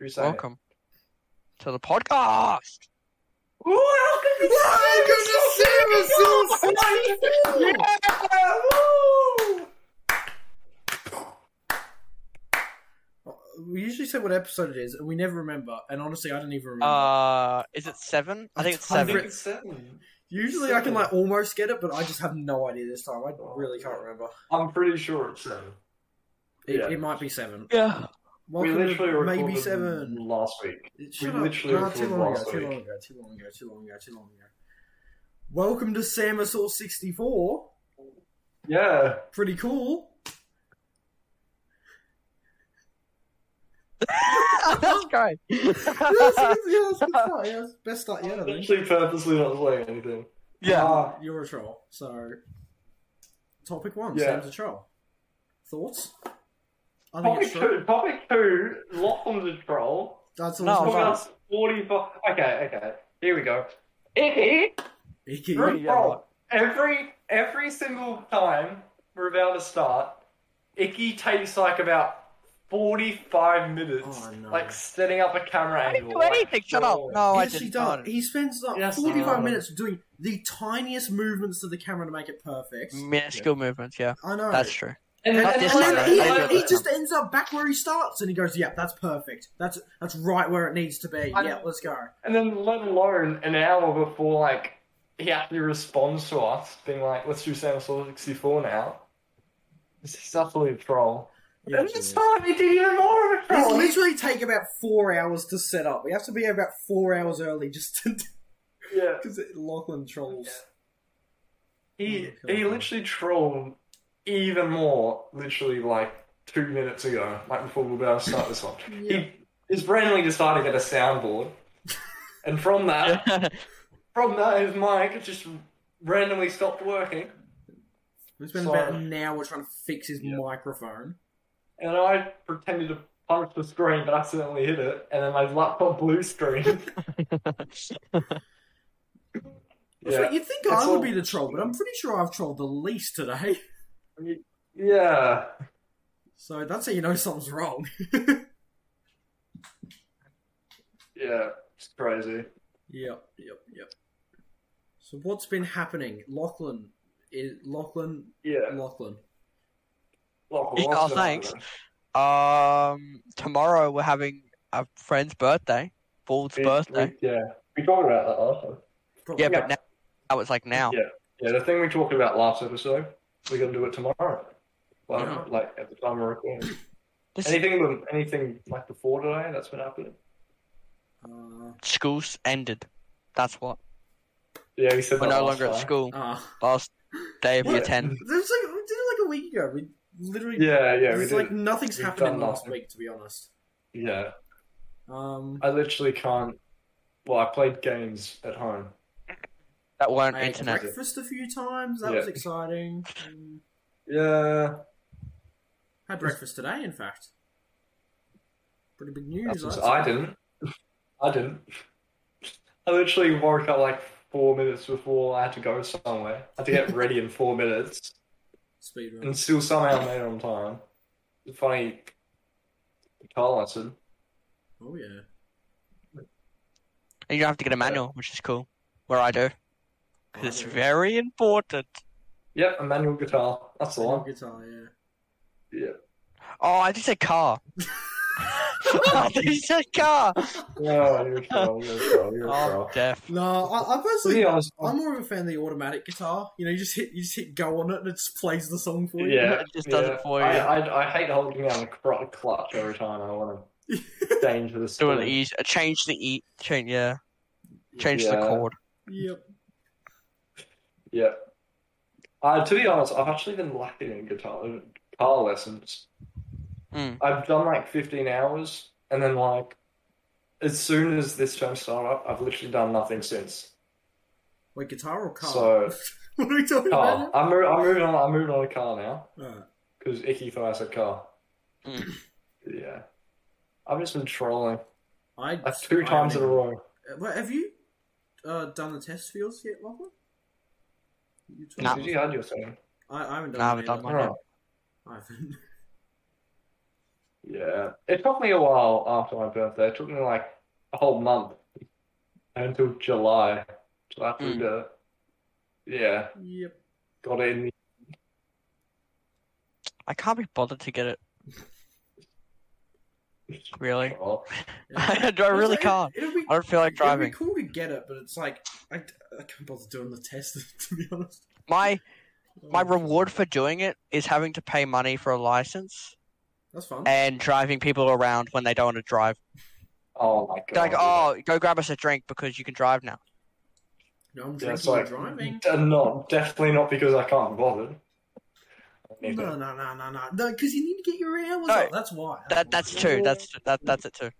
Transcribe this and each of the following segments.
Resign it. Welcome to the podcast. Ooh, welcome to Welcome Yeah! Woo! We usually say what episode it is, and we never remember. And honestly, I don't even remember. Uh, is it seven? I think it's I think seven. it's seven. usually, I can like almost get it, but I just have no idea this time. I really can't remember. I'm pretty sure it's seven. It, Yeah. it might be seven. Yeah. Welcome we literally to recorded maybe seven. last week. Shut up. literally Nah, recorded too long last ago. Too week. long ago. Too long ago. Too long ago. Too long ago. Welcome to Samosaur sixty four. Yeah. Pretty cool. That's great. yeah, that's, yeah, that's a good start. Yeah, that's the best start yet. I think. Actually, purposely not saying anything. yeah. Ah, You're a troll. So, topic one, Yeah. Sam's a troll. Thoughts? I think topic it's true. two. Topic two. Lachlan's a troll. That's No, also Took fuck. no, us forty-five. Okay, okay. Here we go. Icky. Icky. Really? Yeah, Bro, right. every every single time we're about to start, Icky takes like about forty-five minutes, Oh, no. like setting up a camera I didn't angle. do anything. Shut up. like, No, Oh, I yes, he didn't. does. No. He spends like Yes, he 45 does. minutes doing the tiniest movements to the camera to make it perfect. Minuscule movements. Yeah, I know. Mm. that's true. And, And, and- Not and- this and time, then he, I do it he this just ends up back where he starts, and he goes, "Yep, that's perfect. That's that's right where it needs to be. I- yeah, let's go." and then let alone an hour before like he actually responds to us, being like, "Let's do Samsung 64 now." This is definitely a troll. Yeah, and this time he did even more of a These troll. literally take about four hours to set up. We have to be about four hours early just to Yeah. because Lachlan Oh trolls. He Oh my he God. literally trolled even more, literally like two minutes ago, like before we were about to start this one. Yeah. He is randomly decided to get a soundboard, and from that, from that, his mic just randomly stopped working, We spent Sorry. about an hour trying to fix his Yeah. microphone. and I pretended to punch the screen, but accidentally hit it, and then my laptop blue screen. That's yeah, right, You'd think It's I would all- be the troll, but I'm pretty sure I've trolled the least today. yeah. So that's how you know something's wrong. Yeah, it's crazy. Yep, yep, yep. So what's been happening? Lachlan. Is, Lachlan. Yeah. Lachlan. Look, Yeah, what's that? thanks. um, tomorrow we're having a friend's birthday, Bald's We- we- birthday. Yeah, we talked about that last time. Probably. Yeah, yeah. but now, now it's like now. Yeah. Yeah, the thing we talked about last episode, we're gonna do it tomorrow. Like, Yeah. like at the time we're recording. This is Anything, with- anything like before today that's been happening? Uh, school's ended. That's what. Yeah, we said We're that no last longer at time. school. ah. Last day of What? year ten. There's like we did it like a week ago. We literally. Yeah, yeah, we it's did. like nothing's We've happened in done last nothing. week, to be honest. Yeah, Um. I literally can't. Well, I played games at home. That weren't I ate internet. breakfast a few times. That Yeah. was exciting. Um, Yeah, had breakfast today, in fact. Pretty big that's news. what- I'd I say. didn't. I didn't. I literally woke up like four minutes before I had to go somewhere. I had to get ready in four minutes. Speedrun. and still somehow made it on time. The funny car lesson. Oh yeah. And you don't have to get a manual, which is cool. Where I do. 'Cause it's very important. Yep, a manual guitar. That's the Little one. guitar, yeah. Yeah. Oh, I just said car. I just said car. Oh, No, you're a troll, you're a troll, you're a I'm troll. deaf. No, I, I To personally, be honest, I'm more of a fan of the automatic guitar. You know, you just hit, you just hit go on it, and it just plays the song for you. yeah, It just yeah. does it for I, you. I, I hate holding down the cr- clutch every time I want to change the Do an spin. ease. uh, Change the E. Change, yeah. Change the Yeah. chord. Yep. Yeah. Uh, to be honest, I've actually been lacking in guitar guitar lessons. Mm. I've done like 15 hours, and then like as soon as this term started up, I've literally done nothing since. Wait, guitar or car? So- what are we talking Car. Uh, about? I'm, mo- I'm moving on. I'm moving on to car now Alright. because Icky thought I said car. Mm. Yeah. I've just been trolling. I That's two I times in a haven't- row. Uh, Wait, have you uh, done the test fields yet, Lachlan? You told Nah. Did me- you add your thing? I, I haven't done. Nah, I haven't one done one. either. No. I haven't. Yeah. It took me a while after my birthday. It took me like a whole month until July. till after we Mm. did it. Yeah. Yep. Got it in the I can't be bothered to get it. Really? Oh, I really can't. It'll be, I don't feel like It'd driving. be cool to get it, but it's like I, I can't bother doing the test to be honest. My my Um, reward for doing it is having to pay money for a license That's fun. and driving people around when they don't want to drive. oh my god. like, oh, go grab us a drink because you can drive now. No, I'm Yeah, it's drinking and like- driving. D- Not definitely not because I can't be bothered. I need No, it. no, no, no, no, no, because you need to get your hours No. up. That's why. That that's why. true. That's that that's it too.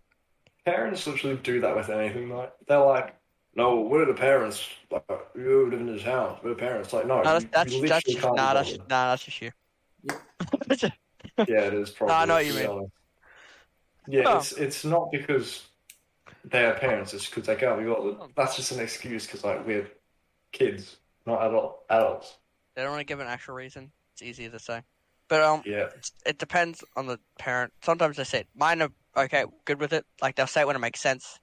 Parents literally do that with anything. Like they're like, "No, we're the parents. Like you live in this house. We're the parents." Like, no, No, that's you, that's you that's literally just, can't be nah, that's bothered. just, nah, that's just you. Yeah, it is probably. I know what you to be mean. honest. Yeah, Oh. it's it's not because they're parents. It's because they can't be Oh. bothered. That's just an excuse because like we're kids, not adult adults. They don't want to give an actual reason. It's easier to say, but um, Yeah, it's- it depends on the parent. Sometimes they say it. mine are okay, good with it. Like they'll say it when it makes sense.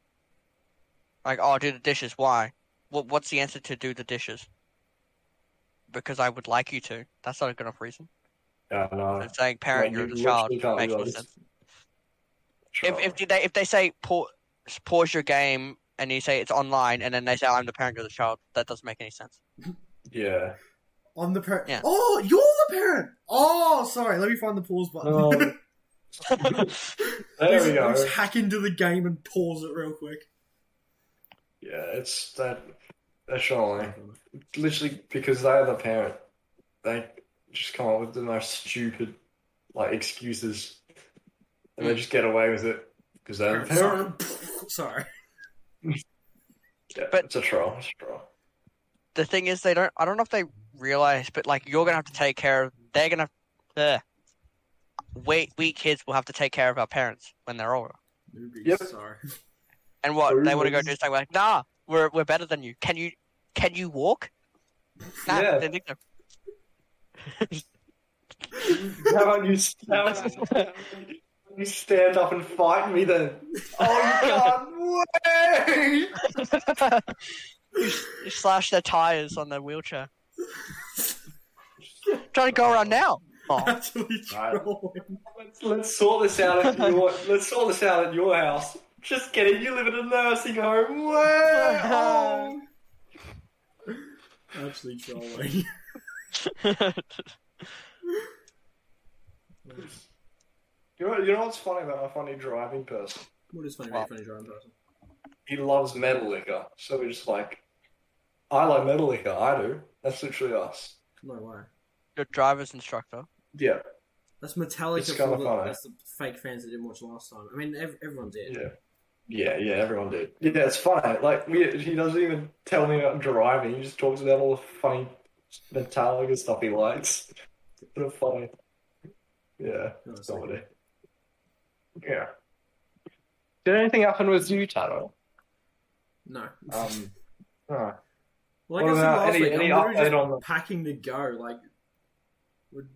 Like, oh, do the dishes. Why? What What's the answer to do the dishes? Because I would like you to. That's not a good enough reason. yeah, no. And saying Like, parent, you're Uh, you the child literally can't be makes no bothered. sense. If if they if they say pause, pause your game and you say it's online and then they say I'm the parent, you're the child, that doesn't make any sense. yeah, I'm the parent. Yeah. Oh, you're the parent. Oh, sorry. Let me find the pause button. No. Oh, there Let's- we go. let's hack into the game and pause it real quick. Yeah, it's that. That's surely literally because they're the parent. They just come up with the most stupid like excuses, and they Hmm. just get away with it because they're the parent. Sorry. sorry. Yeah, But- it's a troll. It's a troll. the thing is they don't i don't know if they realize but like you're gonna have to take care of they're gonna ugh. we we kids will have to take care of our parents when they're older Newbies, Yep. sorry. and what they want to go Always. do something like nah we're, we're better than you can you can you walk nah, Yeah. they think so. How about you? How about you- you stand up and fight me then? Oh, you can't wait! You slash their tires on their wheelchair trying to go around now oh, Actually Right. trolling. Let's, let's sort this out at your. let's sort this out at your house. Just kidding. You live in a nursing home. Whoa! Oh. Actually trolling. You know, you know what's funny about my funny driving person? what is funny about funny driving person? He loves metal liquor, so we're just like, I like metal liquor. I do. That's literally us. No way. your driver's instructor Yeah, That's Metallica. It's For kinda the, funny. that's the fake fans that didn't watch last time. I mean, ev- everyone did. yeah, yeah, yeah. Everyone did. Yeah, it's funny. Like we, he doesn't even tell me about driving. He just talks about all the funny Metallica stuff he likes. Bit of funny. Yeah. No, it's like- Somebody. Yeah. Did anything happen with you, Um, Taro? no. Um, no. Like what I said about last any- week, any I'm literally just update on the- packing to go. Like, we're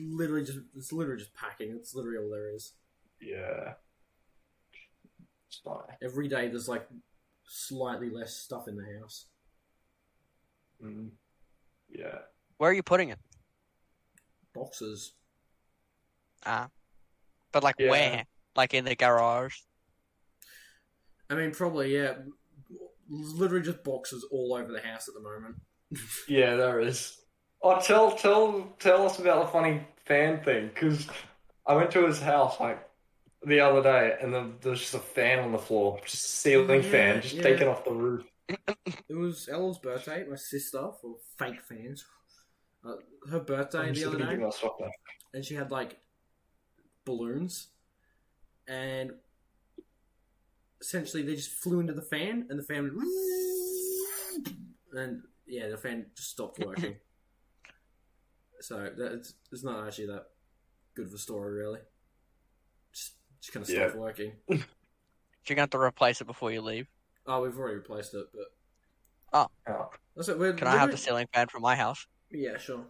literally just it's literally just packing. It's literally all there is. Yeah. It's fine. Every day there's like slightly less stuff in the house. Mm. Yeah. where are you putting it Boxes. ah but like Yeah. where like in the garage I mean, probably yeah. Literally just boxes all over the house at the moment. Yeah, there is. Oh, tell tell tell us about the funny fan thing because I went to his house like the other day, and the, there's just a fan on the floor, just a ceiling Yeah, fan, just yeah. taken off the roof. It was Ellen's birthday. My sister, for fake fans, uh, her birthday I'm the just other gonna day. give myself that. and she had like balloons and essentially they just flew into the fan and the fan went and yeah the fan just stopped working so that, it's, it's not actually that good of a story really just, just kind of stopped working you're gonna have to replace it before you leave oh we've already replaced it but Oh. Oh. that's it we're can i have the literally- ceiling fan from my house yeah sure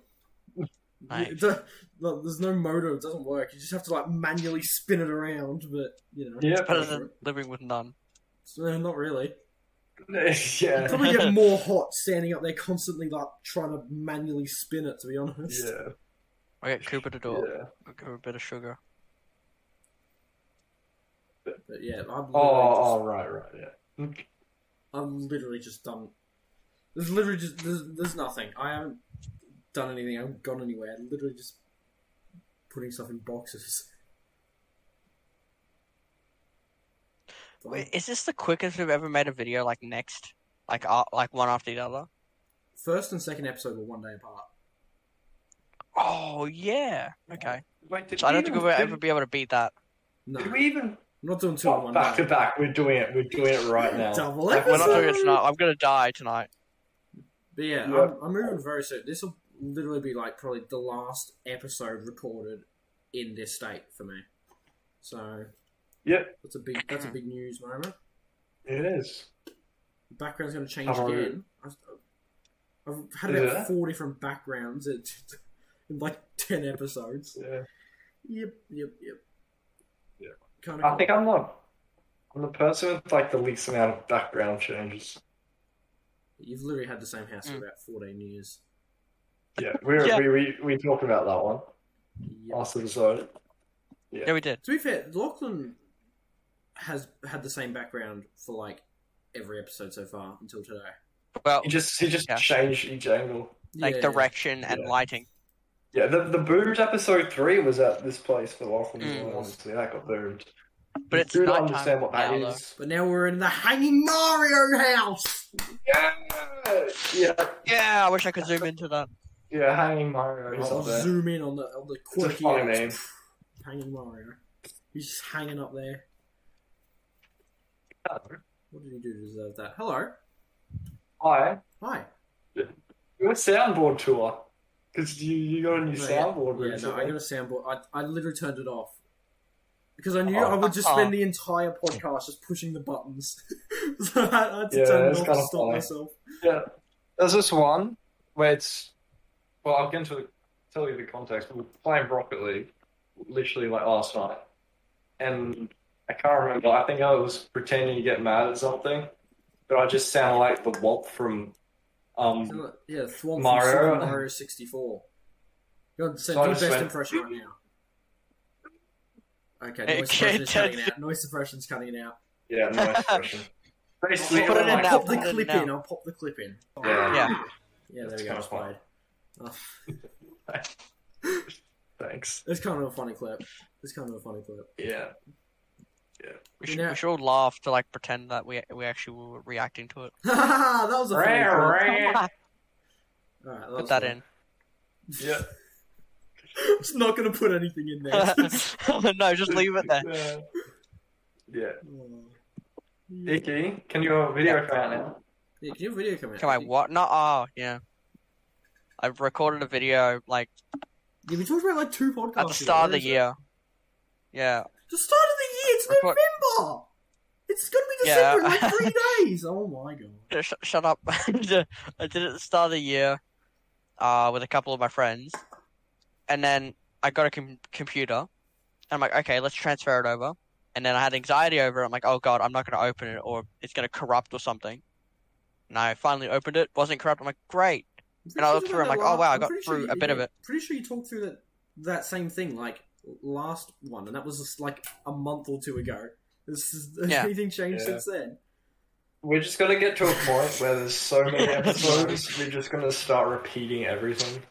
Nice. It don't- like, there's no motor; it doesn't work. You just have to like manually spin it around. But you know, Yeah. Better than living with none. so, not really. You yeah. probably get more hot standing up there constantly, like trying to manually spin it. To be honest, Yeah. I get Cooper to do it. Yeah. I'll Give her a bit of sugar. but yeah, I've literally, Oh, oh, right, right, yeah. just, I've literally just done. There's literally just there's, there's nothing. I haven't done anything. I haven't gone anywhere. I'm literally just putting stuff in boxes. Wait, is this the quickest we've ever made a video? Like next, like uh, like one after the other. First and second episode were one day apart. Oh yeah. Okay. Wait, did So I don't we think we'll even- ever be able to beat that. No, Did I'm we even not doing two in oh, one back day. to back? We're doing it. We're doing it right now. Double Like, We're episode. not doing it tonight. I'm gonna die tonight. But yeah, Yeah. I'm, I'm moving very soon. This will literally be like probably the last episode recorded in this state for me. So Yep, that's a big that's a big news moment. it is. Background's going to change I've already- again. I've, I've had about Oh, Yeah. four different backgrounds in, in like ten episodes. Yeah. Yep, yep, yep. Yeah. Kind I think I'm the I'm the person with like the least amount of background changes. You've literally had the same house for Mm. about fourteen years. Yeah, we're, Yeah. we we we talked about that one Yep. last episode. Yeah, we did. To be fair, Lachlan has had the same background for like every episode so far until today. Well, He just he just Yeah. changed each angle. like Yeah. direction and Yeah. lighting. Yeah, the the boomed episode three was at this place for Lachlan. Mm. Honestly, that got boomed. But it's do nighttime not understand what that now, is. But now we're in the Hanging Mario house. Yeah, yeah, Yeah, I wish I could zoom into that. yeah. Hanging Mario is I'll up there. zoom in on the on the It's a quirky funny house. name. Hanging Mario. He's just hanging up there. What did he do to deserve that? Hello. Oh, Hi, Hi. your soundboard tour. Because you, you got a new No, yeah. soundboard Yeah, no, I recently. got a soundboard. I, I literally turned it off. Because I knew Oh. I would just Oh. spend the entire podcast just pushing the buttons. so I had to Yeah, turn it that's off to kinda stop funny. myself. Yeah. There's this one where it's. Well, I'll get into tell you the context. We were playing Rocket League literally like last night. And I can't remember. I think I was pretending to get mad at something. But I just sound like the Walt from. Isn't Um, it- Yeah, Mario. Thwomp Mario. From Super Mario 64. God, so So I your just best went- impression right now. Okay, It noise suppression is can't cutting it out. Noise suppression's cutting it out. yeah, no expression. Basically, Put it in like, now, I'll pop the put it in clip now. in. I'll pop the clip in. Yeah. Yeah. Yeah, there That's we go. kinda It's fun. played. Oh, Thanks. it's kind of a funny clip. It's kind of a funny clip. Yeah. We You should, know- we should all laugh to like pretend that we we actually were reacting to it. that was a funny clip. Rare, rare. Come on, All right, Put was that funny. in. Yeah. it's not going to put anything in there. no, just leave it there. Yeah. Yeah. Oh. Icky, can your video come out now? Yeah, can your video come out? Can I what? No, oh yeah. I've recorded a video like Yeah, we talked about like two podcasts at the ago, start of the isn't it? year. Yeah, The start of the year. It's Record- November. It's going to be Yeah. December in like three days. Oh my god. Sh- shut up. I did it at the start of the year uh, with a couple of my friends. And then I got a com- computer. And I'm like, okay, let's transfer it over. And then I had anxiety over it. I'm like, oh God, I'm not going to open it or it's going to corrupt or something. And I finally opened it. Wasn't corrupt. I'm like, great. And I looked through, I'm like, oh, wow, I got through a bit of it. Pretty sure you talked through that that same thing like last one, and that was just like a month or two ago. This is, has Yeah. anything changed Yeah. since then? We're just gonna get to a point where there's so many episodes, we're just gonna start repeating everything.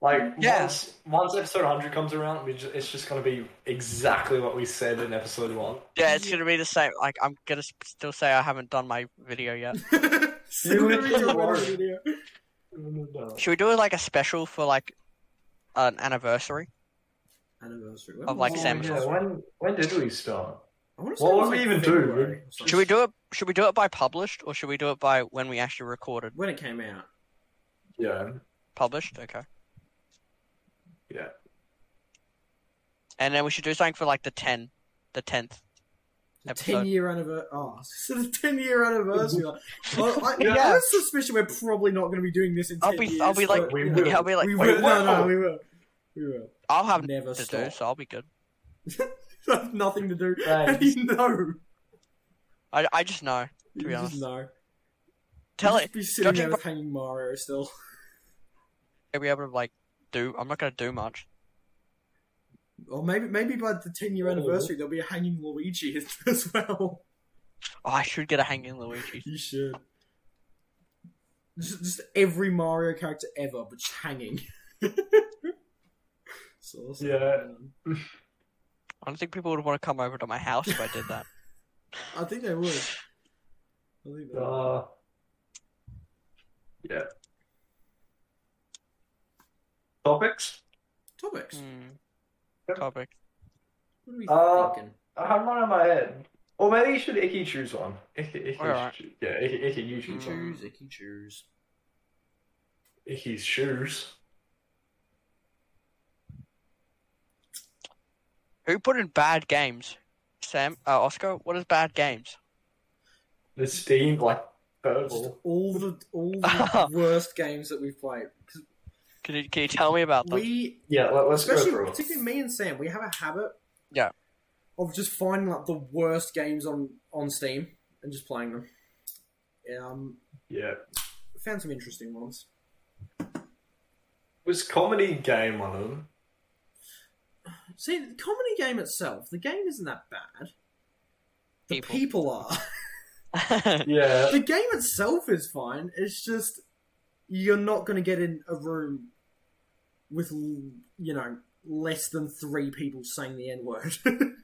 Like Yeah. once once episode 100 comes around, we just, it's just gonna be exactly what we said in episode one. Yeah, it's going to be the same. Like, I'm going to still say I haven't done my video yet. So we're literally doing are. another video. Should we do like a special for like an anniversary? Anniversary. Of, like, Sam- Yeah, when when did we start? I wanna say What it was, would we like, even do? February or something. Should we do it? Should we do it by published or should we do it by when we actually recorded? when it came out? Yeah, Published? Okay. yeah. And then we should do something for like the ten, the tenth episode. Ten year anniversary. Oh, so the ten year anniversary. Like, oh, I, Yeah. I have a suspicion we're probably not going to be doing this in I'll ten be- years. I'll be like- but, We you know, will. yeah, I'll be like, we Wait, will. No, what? no, we will. We will. I'll have nothing Never to stop. do, so I'll be good. Have nothing to do. Thanks. And you know. I, I just know. You be just honest. know. Tell You'd it. just Be sitting Don't you there with hanging Mario still. I'll be able to like do. I'm not gonna do much. Or maybe maybe by the ten year Oh. anniversary there'll be a hanging Luigi as well. Oh, I should get a hanging Luigi. You should. Just, just every Mario character ever, but just hanging. It's awesome. Yeah. I don't think people would want to come over to my house if I did that. I think they would. I think they would. Uh, yeah. Topics? Topics. Hmm. Yep. Topic. What are we Uh, thinking? I had one in my head. Or maybe you should Icky choose one. Icky, Icky, Alright. should- Yeah, Icky, Icky, you choose one. Choose, Icky, choose. Icky's shoes. Who put in bad games? Sam, uh, Oscar. What is bad games? The steam, like, Just purple. all the all the worst games that we've played. 'Cause Can you can you tell me about them? We Yeah, let, us go especially through it. particularly me and Sam, we have a habit Yeah. of just finding like the worst games on on Steam and just playing them. Um, Yeah. found some interesting ones. Was comedy game one of them? See, the comedy game itself, the game isn't that bad. The People. people, are. Yeah. the game itself is fine. It's just you're not going to get in a room with l- you know less than three people saying the n word.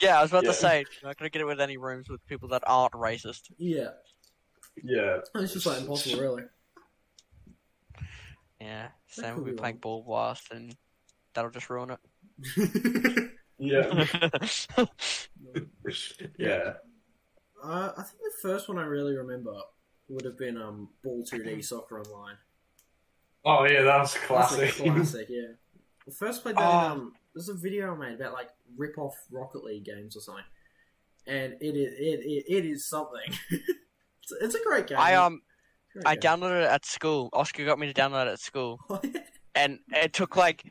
yeah, I was about Yeah. to say you're not gonna get it with any rooms with people that aren't racist. yeah, yeah. it's just like impossible, really. Yeah, Sam could will be be playing Ball Blast, and that'll just ruin it. Yeah. yeah. Uh, I think the first one I really remember would have been um, Ball 2D Soccer Online. Oh, yeah, that was That's classic. a classic, yeah. I first played that. Oh. in, um, there's a video I made about like rip-off Rocket League games or something, and it is it it, it is something. it's, it's a great game. I um Great I game. downloaded it at school. Oscar got me to download it at school, and it took like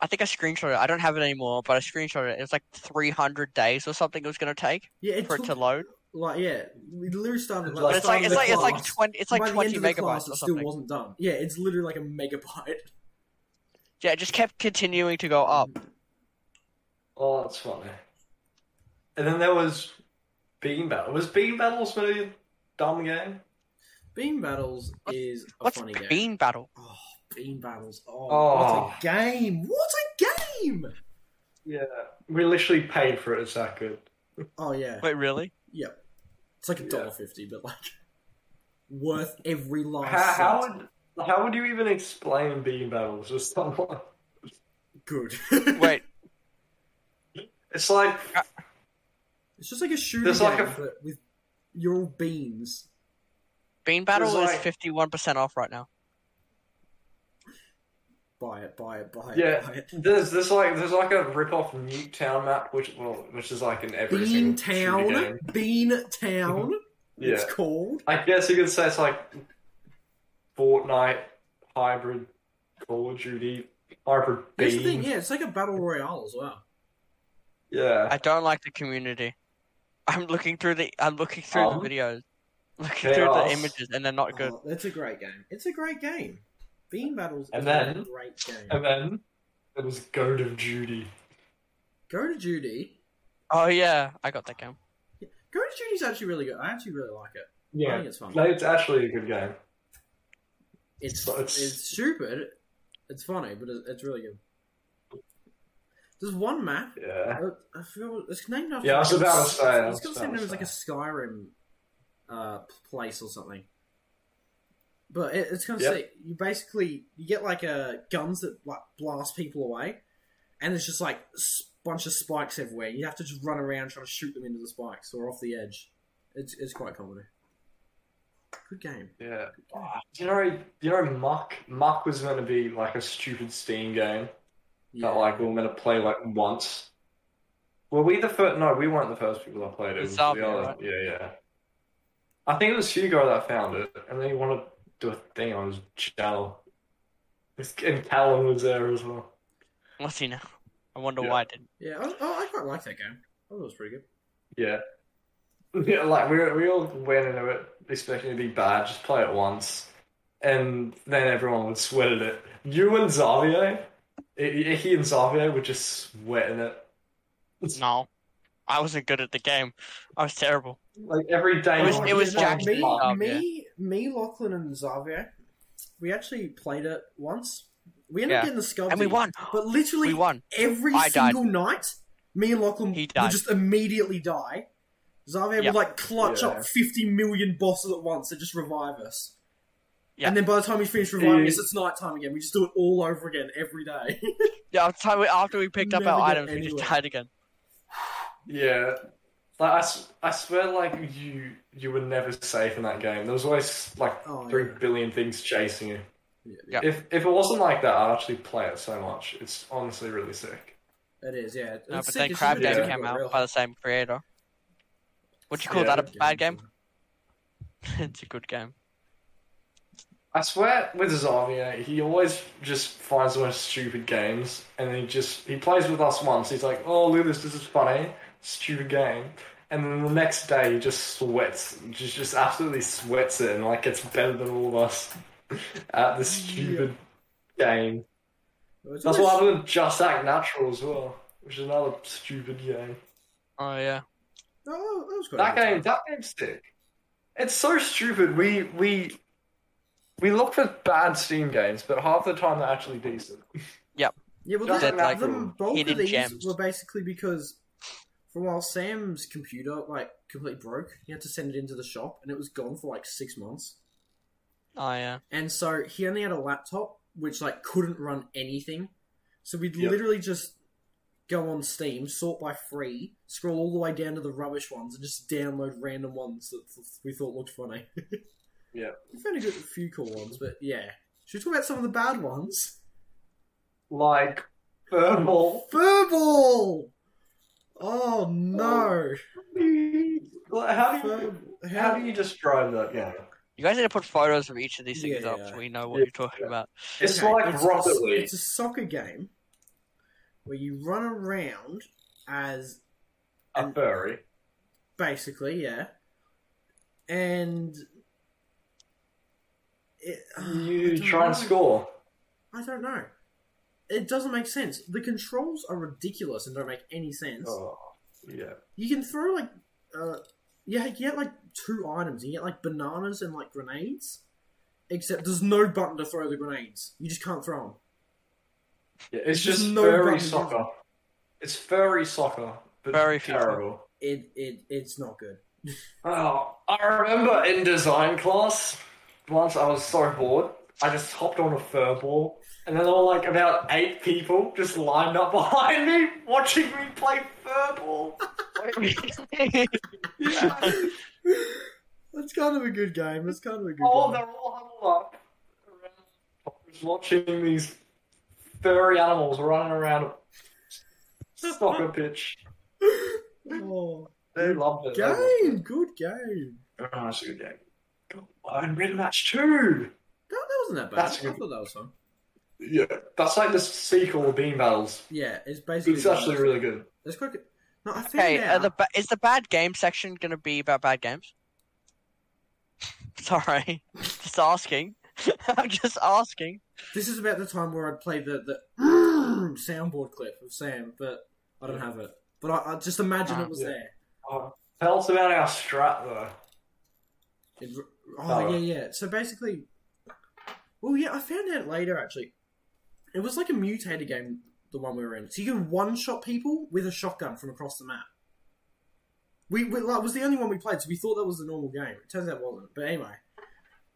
I think I screenshot it. I don't have it anymore, but I screenshot it. It was like 300 days or something it was gonna take yeah, it for it took- to load. like yeah, we literally started. But But the it's start like of it's the like it's like class. 20 it's like By the 20 end of the class, megabytes or it still something. wasn't done. Yeah, it's literally like a megabyte. Yeah, it just kept continuing to go Mm, up. Oh, that's funny. And then there was Beam Battle. Was Beam Battles maybe a dumb game? Beam battles is a What's funny game. Bean Battle? Oh, bean battles. Oh, Oh. what a game! What a game! Yeah. We literally paid for it, it's that good. Oh yeah, Wait, really? yep. It's like a Yeah. dollar fifty, but like worth every last. How, how cent. would how would you even explain Beam Battles to someone? good? Wait, It's like it's just like a shooting There's game like a- but with your all beans. Bean Battle There's is like- fifty one percent off right now. Buy it, buy it, buy it, Yeah. buy it. there's there's like there's like a rip off Nuketown map, which well, which is like in every single Bean shooter Town, game. Bean Town. Yeah, It's called. I guess you could say it's like Fortnite hybrid Call of Duty hybrid Beam. Here's the thing, yeah, it's like a battle royale as well. Oh yeah. I don't like the community. I'm looking through the I'm looking through Um, the videos, looking they through are- the images, and they're not good. Oh, it's a great game. It's a great game. Bean battles And is then- a great game. And then there was Goat of Duty. Go to Judy. Oh yeah, I got that game. Go to Judy's actually really good. I actually really like it. I Yeah, think it's fun. no, it's actually a good game. It's But it's, it's- stupid. It's funny, but it's, it's really good. There's one map. Yeah, I I feel it's named after. Yeah, I was about to it's- say, I It's was got the about same to name as like a say. Skyrim uh, p- place or something. But it, it's kind of Yep. sick. You basically you get like uh, guns that like blast people away, and there's just like a bunch of spikes everywhere. You have to just run around trying to shoot them into the spikes or off the edge. It's it's quite comedy. Good game. yeah. Ah, you know, you know, Muck. Muck was meant to be like a stupid Steam game Yeah. that like we were meant to play like once. Were we the first? No, we weren't the first people that played it. It It's was Zambia, the other. right? Yeah, yeah. I think it was Hugo that found it, and then he wanted to do a thing on his channel. It's- And Callum was there as well. What's he now? I wonder Yeah. why I didn't. Yeah, I, oh, I quite like that game. I thought it was pretty good. Yeah. Yeah, like we we all went into it expecting it to be bad, just play it once, and then everyone would sweat at it. You and Xavier, I- Icky and Xavier were just sweating it. No, I wasn't good at the game. I was terrible. Like every day. It was- we it was were playing Jack's me, Xavier. fault. me, me, Lachlan, and Xavier. We actually played it once. We ended Yeah. up getting the sculpting, And we won. But literally, We won. every I died. single night, me and Lachlan He would died. just immediately die. Xavier Yeah. would like clutch Yeah. up fifty million bosses at once and just revive us. Yeah. And then by the time he finished reviving Yeah. us, it's night time again. We just do it all over again every day. Yeah, after we- after we picked up Never our got items, we anywhere. just died again. Yeah, like I, s- I swear, like you you were never safe in that game. There was always like three Oh, billion yeah. things chasing you. yeah, Yeah. If if it wasn't like that, I'd actually play it so much. It's honestly really sick. it is. Yeah. No, but It's sick, then it's Crab really just Game a good, came out real. by the same creator. Would you call Yeah. that a bad game? it's a good game. I swear, with Xavier, he always just finds the most stupid games, and he just he plays with us once. He's like, "Oh, look at this! This is funny, stupid game." And then the next day, he just sweats, just just absolutely sweats it, and like gets better than all of us at this stupid game. It's That's always- what happened to Just Act Natural as well, which is another stupid game. Oh yeah, Oh, that was quite That a good game, that game's sick. It's so stupid. We we we look for bad Steam games, but half the time they're actually decent. Yeah, well, Just the, that, like, them, both of hidden these gems. were basically because, for a while, Sam's computer like completely broke. He had to send it into the shop, and it was gone for like six months. oh yeah. And so he only had a laptop, which like couldn't run anything. So we'd Yep. literally just go on Steam, sort by free, scroll all the way down to the rubbish ones, and just download random ones that th- we thought looked funny. Yeah. we found a good few cool ones, but yeah. Should we talk about some of the bad ones? Like verbal. Furball! Oh no! Like, how do you Furball. how do you describe that game? You guys need to put photos of each of these things Yeah, up yeah. so we know what Yeah. you're talking about. It's Okay, like it's- Rocket it's- League. It's a soccer game where you run around as A furry. basically, yeah, and it, I You don't try and know. score. I don't know. It doesn't make sense. The controls are ridiculous and don't make any sense. Oh, yeah. You can throw like, uh, yeah, you get like two items. You get like bananas and like grenades. Except there's no button to throw the grenades. You just can't throw them. yeah it's There's just no furry button. soccer. It's furry soccer, but Furry FIFA. terrible. It it it's not good. Oh, I remember in design class, once I was so bored, I just hopped on a fur ball, and then there were like about eight people just lined up behind me, watching me play furball. yeah. That's kind of a good game. That's kind of a good Oh, game. they're all huddled up, around, just watching these furry animals running around a soccer pitch. Oh, They loved it. They loved it. game, good game. Oh, that's a good game. God, and Red Match 2! That, that wasn't that bad. That's I good. thought that was fun. Yeah, that's like the sequel of Bean Battles. Yeah, it's basically. It's actually really good. It's quite good. No, I found okay, are out. the ba- is the bad game section gonna be about bad games? Sorry, just asking. I'm just asking. This is about the time where I'd play the the soundboard clip of Sam, but I don't have it. But I, I just imagine Ah, it was yeah. there. Oh, tell us about our strat though. It, oh, Oh. yeah, yeah. So basically, well, yeah, I found out later actually. It was like a mutator game, the one we were in. So you can one shot people with a shotgun from across the map. We, we like, it was the only one we played, so we thought that was the normal game. It turns out it wasn't. But anyway,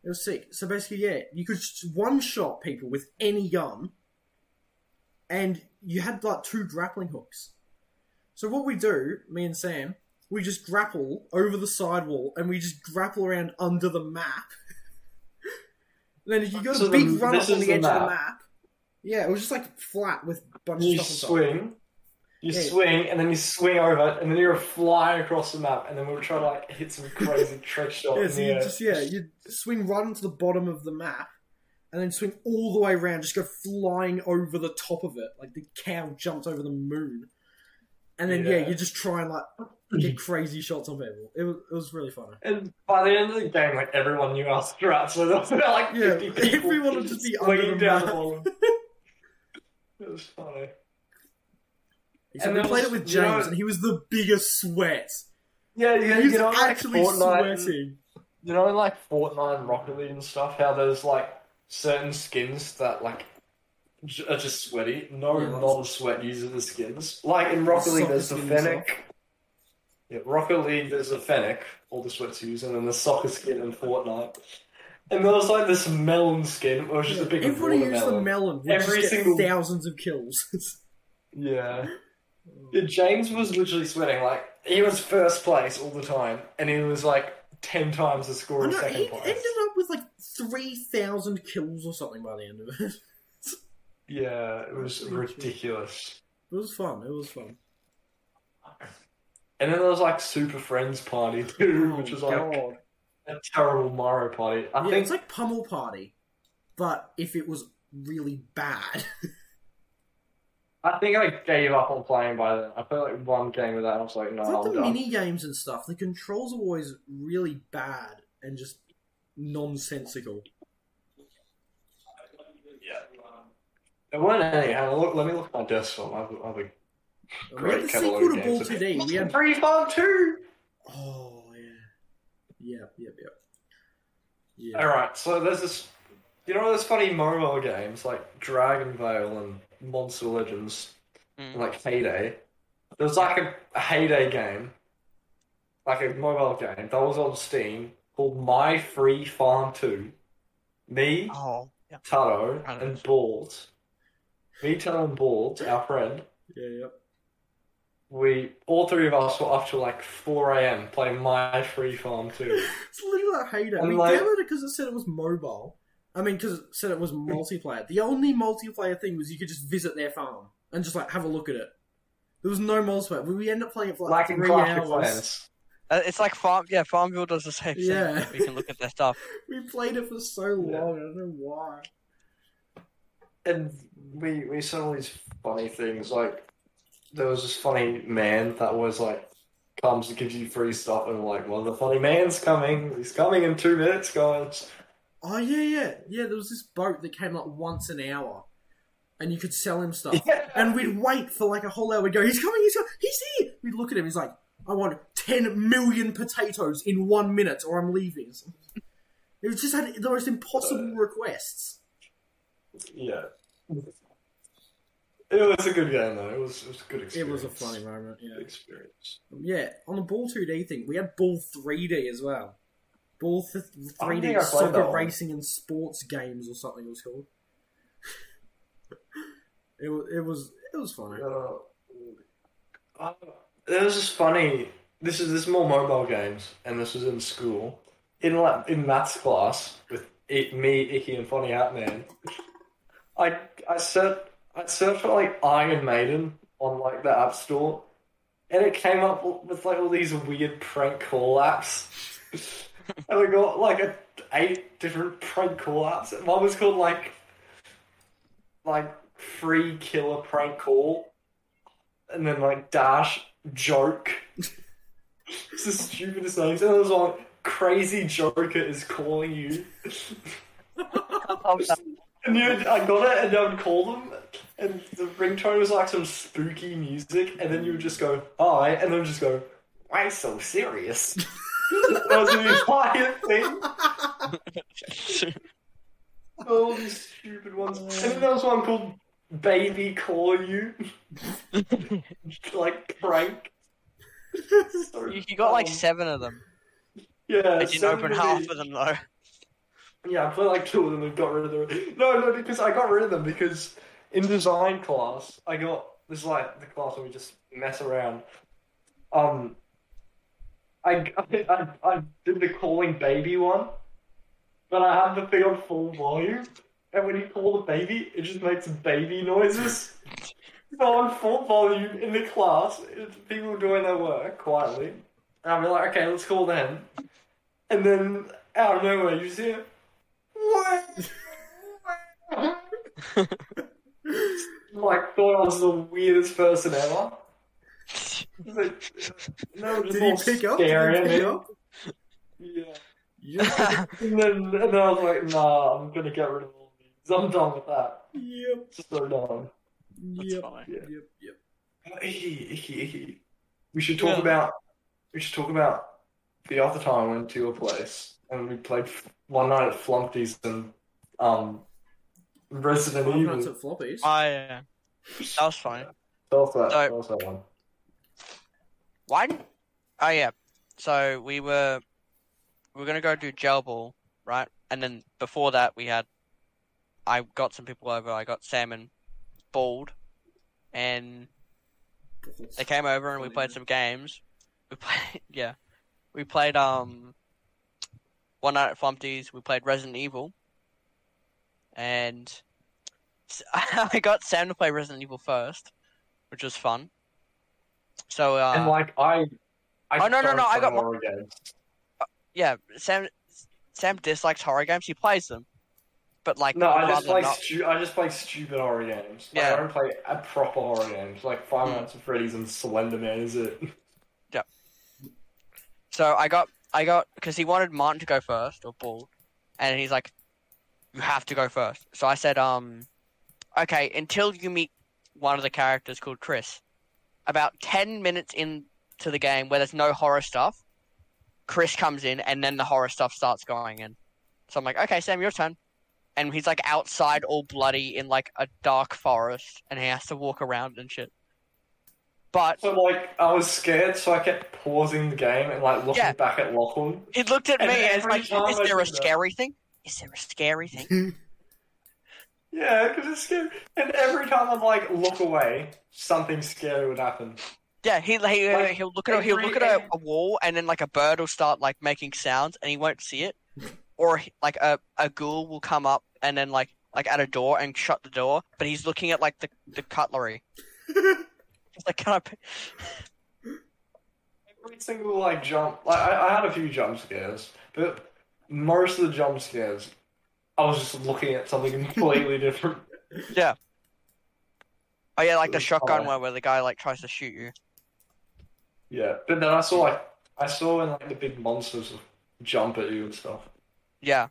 it was sick. So basically, yeah, you could one shot people with any gun, and you had like two grappling hooks. So what we do, me and Sam, we just grapple over the sidewall and we just grapple around under the map. And then if you go So a the- big run up this on is the the edge of the map. map. Yeah, it was just like flat with a bunch You of stuff on top. swing, you Yeah. swing, and then you swing over, and then you're flying across the map, and then we'll try to like hit some crazy trick shot. Yeah, in so the you air. just yeah, you swing right into the bottom of the map, and then swing all the way around, just go flying over the top of it, like the cow jumped over the moon. And then yeah, Yeah. you just try and like get crazy shots on people. It was it was really funny. And by the end of the game, like everyone knew our strats, so there was about like Yeah, 50 people everyone would just be under swinging the down map. the wall. It was funny. Except And we there played was- it with you know- James, and he was the biggest sweat. Yeah, yeah, He's you know, like actually Fortnite, sweating. you know, in like Fortnite and Rocket League and stuff, how there's like certain skins that like j- are just sweaty. No, Yeah, that's- not a sweat user the skins. Like in Rocket League, Soccer there's the skins Fennec. Yeah, Rocket League, there's the Fennec, all the sweats use, and then the soccer skin in Fortnite. And there was like this melon skin, which is a big Everybody used the watermelon. melon. We Every just get single- thousands of kills. Yeah. Yeah, James was literally sweating. Like he was first place all the time, and he was like ten times the score I of know, second he place. ended up with like three thousand kills or something by the end of it. Yeah, it was ridiculous. It was fun. It was fun. And then there was like Super Friends Party too, which was like God. a terrible Mario Party. I yeah, think it's like Pummel Party, but if it was really bad. I think I gave up on playing by then. I played like one game of that, and I was like, no, It's like I'm the done. mini games and stuff. The controls are always really bad and just nonsensical. Yeah. There weren't any. Hang on, look, let me look at my desk for them. I have a we great had the catalog sequel to of Ball games. 2D. We had Free Fun Two. oh yeah, yep, yep, yep. Yeah, All right, so there's this, you know, there's funny mobile games like Dragon Vale and Monster Legends, Mm. and like Heyday. There was like a, a Heyday game, like a mobile game that was on Steam called My Free Farm Two. Me, Oh, yeah. Taro, I know and this. Bald. Me, Taro, and Bald, our friend. yeah, yep. We all three of us were up till like 4 a.m. playing My Free Farm Two. It's literally like Heyday. And we like- downloaded it because it said it was mobile. I mean, because it said it was Mm. multiplayer. The only multiplayer thing was you could just visit their farm and just like have a look at it. There was no multiplayer. We- We ended up playing it for like, like in three Clash of hours. Clans. Uh, It's like farm. Yeah, Farmville does the same thing. Yeah. We can look at their stuff. We played it for so long. Yeah. I don't know why. and we we saw all these funny things. Like there was this funny man that was like comes and gives you free stuff, and like, well, the funny man's coming. He's coming in two minutes, guys. Oh yeah, yeah, yeah. There was this boat that came like once an hour, and you could sell him stuff. Yeah. And we'd wait for like a whole hour. We'd go, he's coming, he's coming, he's here. We'd look at him. He's like, I want ten million potatoes in one minute, or I'm leaving. It was just had the most impossible Uh, requests. Yeah. It was a good game though. It was it was a good It experience. was a funny moment. Good Yeah, experience. yeah. On the ball two D thing, we had ball three D as well. Ball I three think I D played that soccer one. racing and sports games or something it was called. it was it was it was funny. Uh, uh, it was just funny. This is this is more mobile games, and this was in school. In like in maths class with it, me, Icky, and Funny Hat Man, I I searched I searched for like Iron Maiden on like the App Store, and it came up with like all these weird prank call apps. and we got like a, eight different prank call apps. One was called like like free killer prank call, and then like dash joke. it's the stupidest names. And there's one crazy Joker is calling you. And you, I got it, and I would call them, and the ringtone was like some spooky music, and then you would just go hi, and then just go why so serious. that was the entire thing. All these stupid ones. And then there was one called Baby Call You. like prank. So You, you got like dumb. seven of them. Yeah, I didn't so open many- half of them though. Yeah, I put like two of them and got rid of them. No, no, because I got rid of them because in design class I got this is like the class where we just mess around. Um, I I, I did the calling baby one, but I had the thing on full volume, and when you call the baby, it just makes baby noises. so on full volume in the class, it's people doing their work quietly, and I'm like, okay, let's call them, and then out of nowhere you just hear. What? Like, thought I was the weirdest person ever. It's like, no, just Did all he pick up? staring Did he pick at me. up? Yeah. Yep. And then, and then I was like, nah, I'm gonna get rid of all these. I'm done with that. Yep. So done. Yep. funny. Yep. Yep. Uh, Icky, icky, icky. We should talk Yeah. about. We should talk about the other time I went to a place and we played f- one night at Flumpty's and um, Resident Five Evil. Nights at Floppies. Oh, yeah. That was funny. That was that, So- that was that one. Why? didn't- Oh yeah. So we were we were gonna go do gel ball, right? And then before that, we had I got some people over. I got Sam and Bald, and they came over and we played some games. We played yeah, we played um one night at Flumpty's. We played Resident Evil, and s- I got Sam to play Resident Evil first, which was fun. So uh, and like I, I Oh, no, no, don't no, I play got horror games. yeah, Sam Sam dislikes horror games. He plays them, but like No, I rather just than play not. stu- I just play stupid horror games. Like, Yeah. I don't play a proper horror games like Five Hmm. Nights at Freddy's and Slender Man. Is it? So I got I got because he wanted Martin to go first or Bald, and he's like, you have to go first. So I said, um, okay, until you meet one of the characters called Chris. About ten minutes into the game, where there's no horror stuff, Chris comes in, and then the horror stuff starts going in. So I'm like, okay, Sam, your turn. And he's like outside, all bloody, in like a dark forest, and he has to walk around and shit. But So like I was scared, so I kept pausing the game and like looking Yeah. back at Lachlan. He looked at me And and every it's time like, is I there a do that- scary thing? Is there a scary thing? Yeah, because it's scary. And every time I'd like look away, something scary would happen. Yeah, he, he uh, Like, he'll look at a, he'll every- look at a, a wall and then like a bird will start like making sounds and he won't see it, or he- like a a ghoul will come up and then like like at a door and shut the door, but he's looking at like the, the cutlery. He's like, can I? p-" Every single like jump, like I, I had a few jump scares, but most of the jump scares, I was just looking at something completely different. Oh yeah, like the shotgun Oh. one where the guy like tries to shoot you. Yeah, but then I saw like I saw when like the big monsters would jump at you and stuff. Yeah,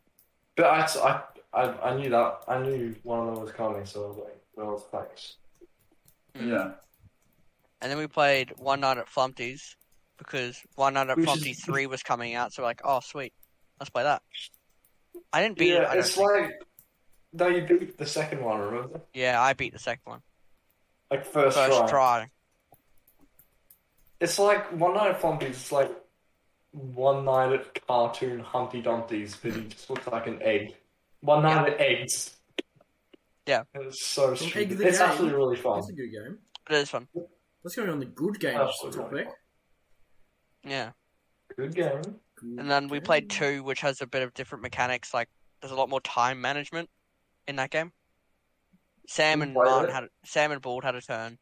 But I I I, I knew that I knew one of them was coming, so I was like, well, thanks. Mm. Yeah. and then we played one night at Flumpty's because one night at Which is- Flumpty's three was coming out, so we're like, oh sweet, let's play that. I didn't beat it. I Yeah, don't it's think. like no, you beat the second one, remember? Yeah, I beat the second one. Like first, First try. try. It's like one night at Flumpty's. It's like one night at cartoon Humpty Dumpty's, but he just looks like an egg. One night at eggs. Yeah. And it's so From stupid. Egg the It's Game. actually really fun. That's a good game. It is fun. Let's go on the good games Absolutely. topic. Yeah. Good game. Good And then we game. played two, which has a bit of different mechanics. Like there's a lot more time management in that game. Sam You and played Martin it? had Sam and Bald had a turn,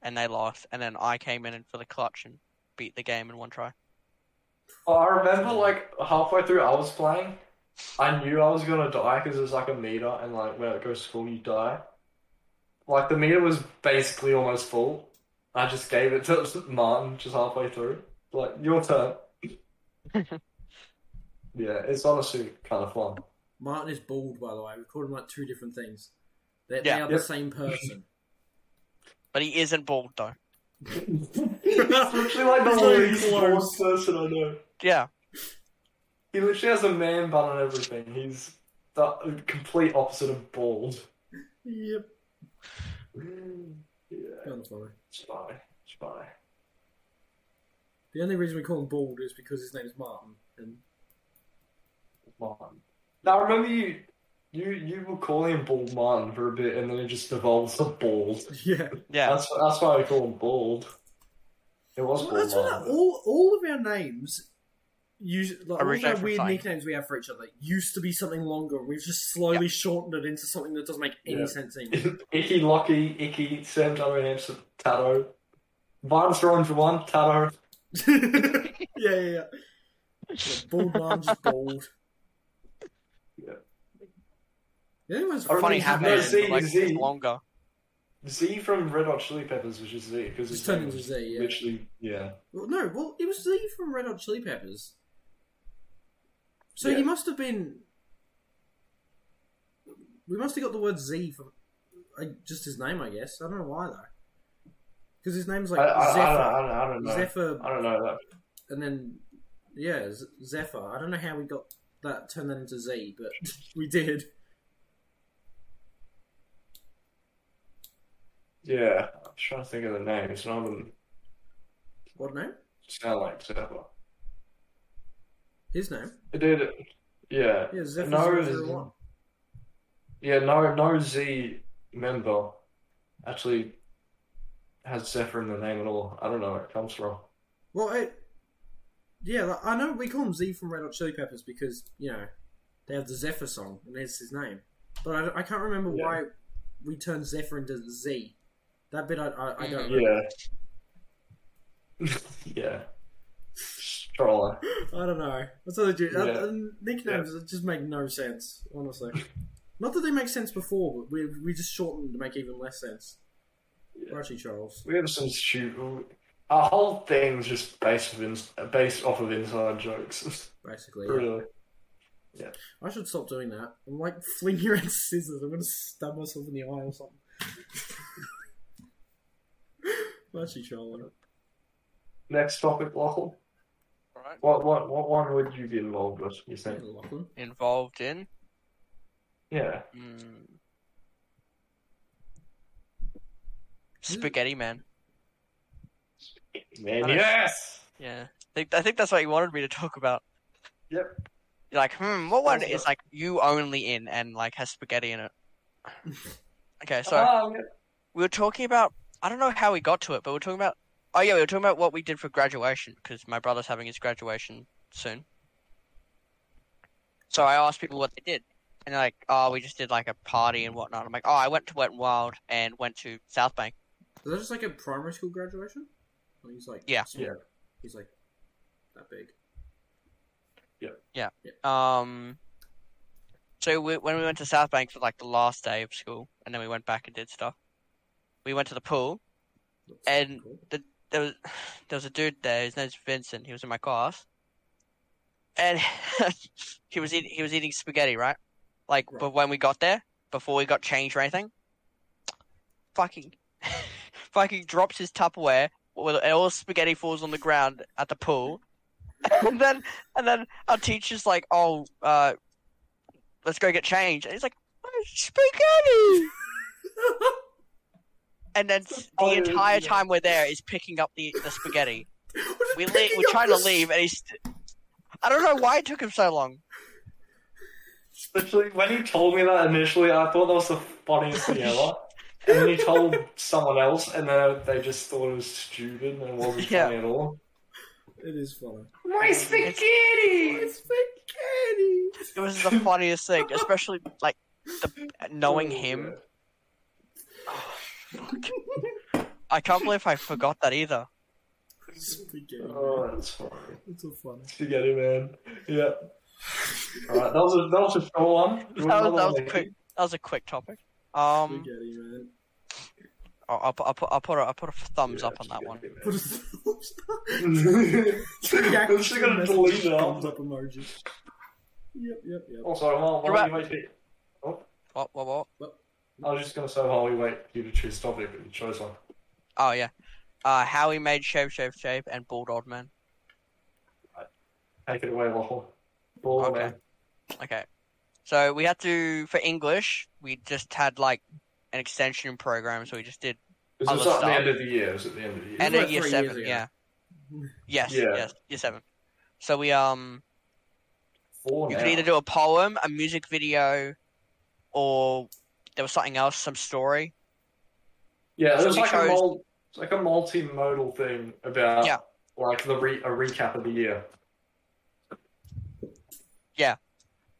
and they lost. And then I came in and for the clutch and beat the game in one try. Oh, I remember like halfway through I was playing, I knew I was gonna die because it's like a meter, and like when it goes full, you die. Like the meter was basically almost full. I just gave it to Martin just halfway through. Like your turn. yeah, it's honestly kind of fun. Martin is bald, by the way. We called him like two different things. They, they Yeah. are Yep. the same person. But he isn't bald though. It's literally like the It's not even least worst close. person I know. Yeah. He literally has a man bun and everything. He's the complete opposite of bald. Yep. Yeah. Kinda funny. Spy. Spy. The only reason we call him bald is because his name is Martin. And Martin. Now remember you you you were calling him Bald Martin for a bit and then it just devolves to Bald. yeah, Yeah. That's that's why we call him Bald. It was Well, that's Bald what I- Martin. all all of our names. Use, like, all of Originate our from weird slang. nicknames we have for each other used to be something longer, and we've just slowly shortened it into something that doesn't make any Yeah. sense anymore. Icky Locky, Icky, Sam Darwin Hampson, Tato. Barnes Rhymes for one, Tato. yeah, yeah, yeah. Like, bald man's bald. Yeah. The only ones Or Funny least how no man, Z, like Z. longer. Z from Red Hot Chili Peppers, which is Z because Just it's turned into Z, yeah. literally yeah. Well, no, well, it was Lee from Red Hot Chili Peppers. So Yeah. he must have been. We must have got the word Z from I, just his name, I guess. I don't know why though, because his name's like I, I, Zephyr, I, don't, I, don't, I don't know. Zephyr, I don't know that. and then yeah, Z- Zephyr. I don't know how we got that turned that into Z, but we did. Yeah, I'm trying to think of the names. None of them What name? sound like Zephyr. His name? It did. Yeah. Yeah, Zephyr No, 001. Yeah, no, no Z member actually has Zephyr in the name at all. I don't know where it comes from. Well, it, yeah, like, I know we call him Z from Red Hot Chili Peppers because you know they have the Zephyr song and that's his name. But I, I can't remember Yeah. why we turned Zephyr into Z. That bit I, I, I don't. remember. Yeah. yeah. Stroller. I don't know. That's what they do. Uh, Yeah. uh, nicknames just make no sense, honestly. Not that they make sense before, but we we just shorten them to make even less sense. Yeah. We're actually Charles. We have some stupid. Our whole thing's just based of ins- based off of inside jokes. Basically, yeah. really. I should stop doing that. I'm like flinging around scissors. I'm gonna stab myself in the eye or something. I'm actually trolling. Next topic, Lachlan. Right. What what what one would you be involved with? You Yeah, think? Lachlan. Involved in. Yeah. Mm. Spaghetti Man. Man, Nice. yes. Yeah. I think, I think that's what you wanted me to talk about. Yep. You're like, hmm, what one That's is what- like you only in and like has spaghetti in it? okay, so Ah, yeah. we were talking about I don't know how we got to it, but we were talking about oh yeah, we were talking about what we did for graduation because my brother's having his graduation soon. So I asked people what they did, and they're like, "Oh, we just did like a party and whatnot." I'm like, "Oh, I went to Wet n Wild and went to South Bank." Is that just like a primary school graduation? Or he's like Yeah. small? He's like that big. Um, so we, when we went to South Bank for like the last day of school, and then we went back and did stuff. We went to the pool, That's And- cool. there was there was a dude there. His name's Vincent. He was in my class, and he was eat, he was eating spaghetti, right? Like, Right. but when we got there, before we got changed or anything, fucking fucking drops his Tupperware, with- and all the spaghetti falls on the ground at the pool, and then and then our teacher's like, "Oh, uh, let's go get changed," and he's like, "Oh, "Spaghetti." And then s- the Oh, entire yeah. time we're there is picking up the, the spaghetti. We're just We leave, picking we're up trying to the- leave, and he's. I don't know why it took him so long. Literally, when he told me that initially, I thought that was the funniest thing ever. And then he told someone else, and then they just thought it was stupid and it wasn't Yeah. funny at all. It is funny. My spaghetti! It's spaghetti. It was the funniest thing, especially like the, Oh, knowing him. I can't believe I forgot that either. spaghetti. Oh, that's funny. It's so funny. Spaghetti man. Yeah. Alright, that was a that was a short one. That was, that was a quick. That was a quick topic. Um, Spaghetti, man. I'll, I'll, put- I'll put I'll put a, I'll put a thumbs up on that one. Put a thumbs up. Yeah, I'm just gonna delete it Oh, Thumbs out. up emoji. Yep, yep, yep. Also, while, What while about- you wait, for- What what what? I was just gonna say while we wait for you to choose topic, but you chose one. Oh yeah, uh, how he made shape shape shape and bulldog man. Take it away, Lachlan. Ball Okay. man. Okay. So we had to for English, we just had like an extension program, so we just did This Other was at the stuff. end of the year. It was at the end of the year. and like at year three seven, years ago. yeah. Yes, Yeah. yes, year seven. So we um Four you now. could either do a poem, a music video, or there was something else, some story. Yeah, So it was we like chose- a mul- it's like a multimodal thing about Yeah. like the re- a recap of the year.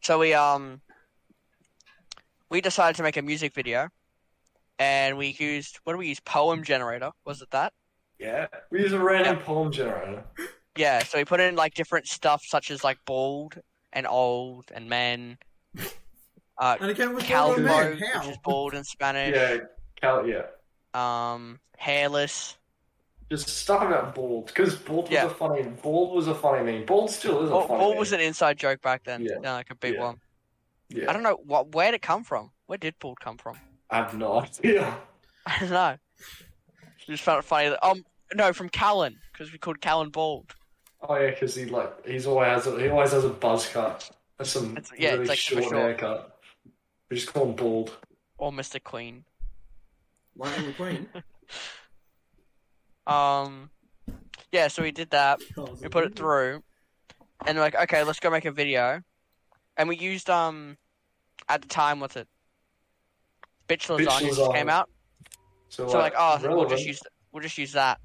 So we um we decided to make a music video and we used what do we use? Poem generator, was it that? Yeah, we use a random poem generator. Yeah, so we put in like different stuff such as like bald and old and men. Uh, And again, what's wrong Calvo, with man? which How? is bald in Spanish. Yeah, Cal. Yeah, Um, hairless. just stop about bald because bald was Yeah. a funny. Bald was a funny name. Bald still is a What, funny what name. was an inside joke back then? Yeah. Yeah, like a big Yeah. one. Yeah, I don't know what. Where did it come from? Where did bald come from? I have no idea. I don't know. You just found it funny that um no from Callan because we called Callan bald. Oh yeah, because he like he's always has a, he always has a buzz cut. That's some That's- yeah, it's really like super short, short. haircut. We just call him bald. or Mr. Queen. Lightning McQueen. Um, yeah, so we did that. We put it through, and like, okay, let's go make a video, and we used um, at the time, what's it? Bitch Bitch lasagna just came Lasagna. out, So, so like, oh, we'll relevant. just use we'll just use that.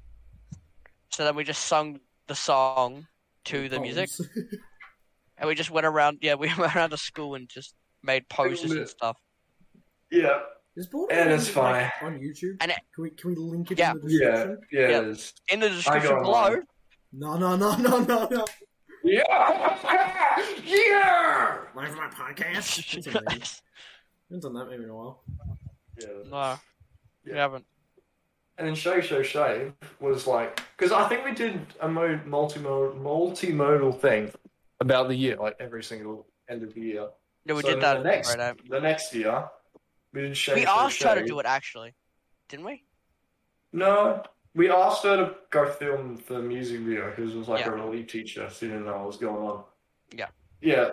So then we just sung the song to Oh, the music, and we just went around. Yeah, we went around to school and just made posters and lit. stuff. yeah, Is Borderlands And it's like, on YouTube? And it- can we can we link it Yeah. in the yeah, description? yeah. Yeah. It is. In the description online. below, No, no, no, no, no, no. Yeah, yeah. Live my podcast. That's amazing. I haven't done that maybe in a while. Yeah. no, we haven't. And then Shave Shave Shave was like, because I think we did a mo- multimodal, multimodal thing about the year, like every single end of the year. No, we So did that. The next, right, the next year, we did Shave we Shave asked her to Shave. do it actually, didn't we? No, we asked her to go film the music video because it was like Yeah. a relief teacher. She didn't know what was going on. Yeah. Yeah.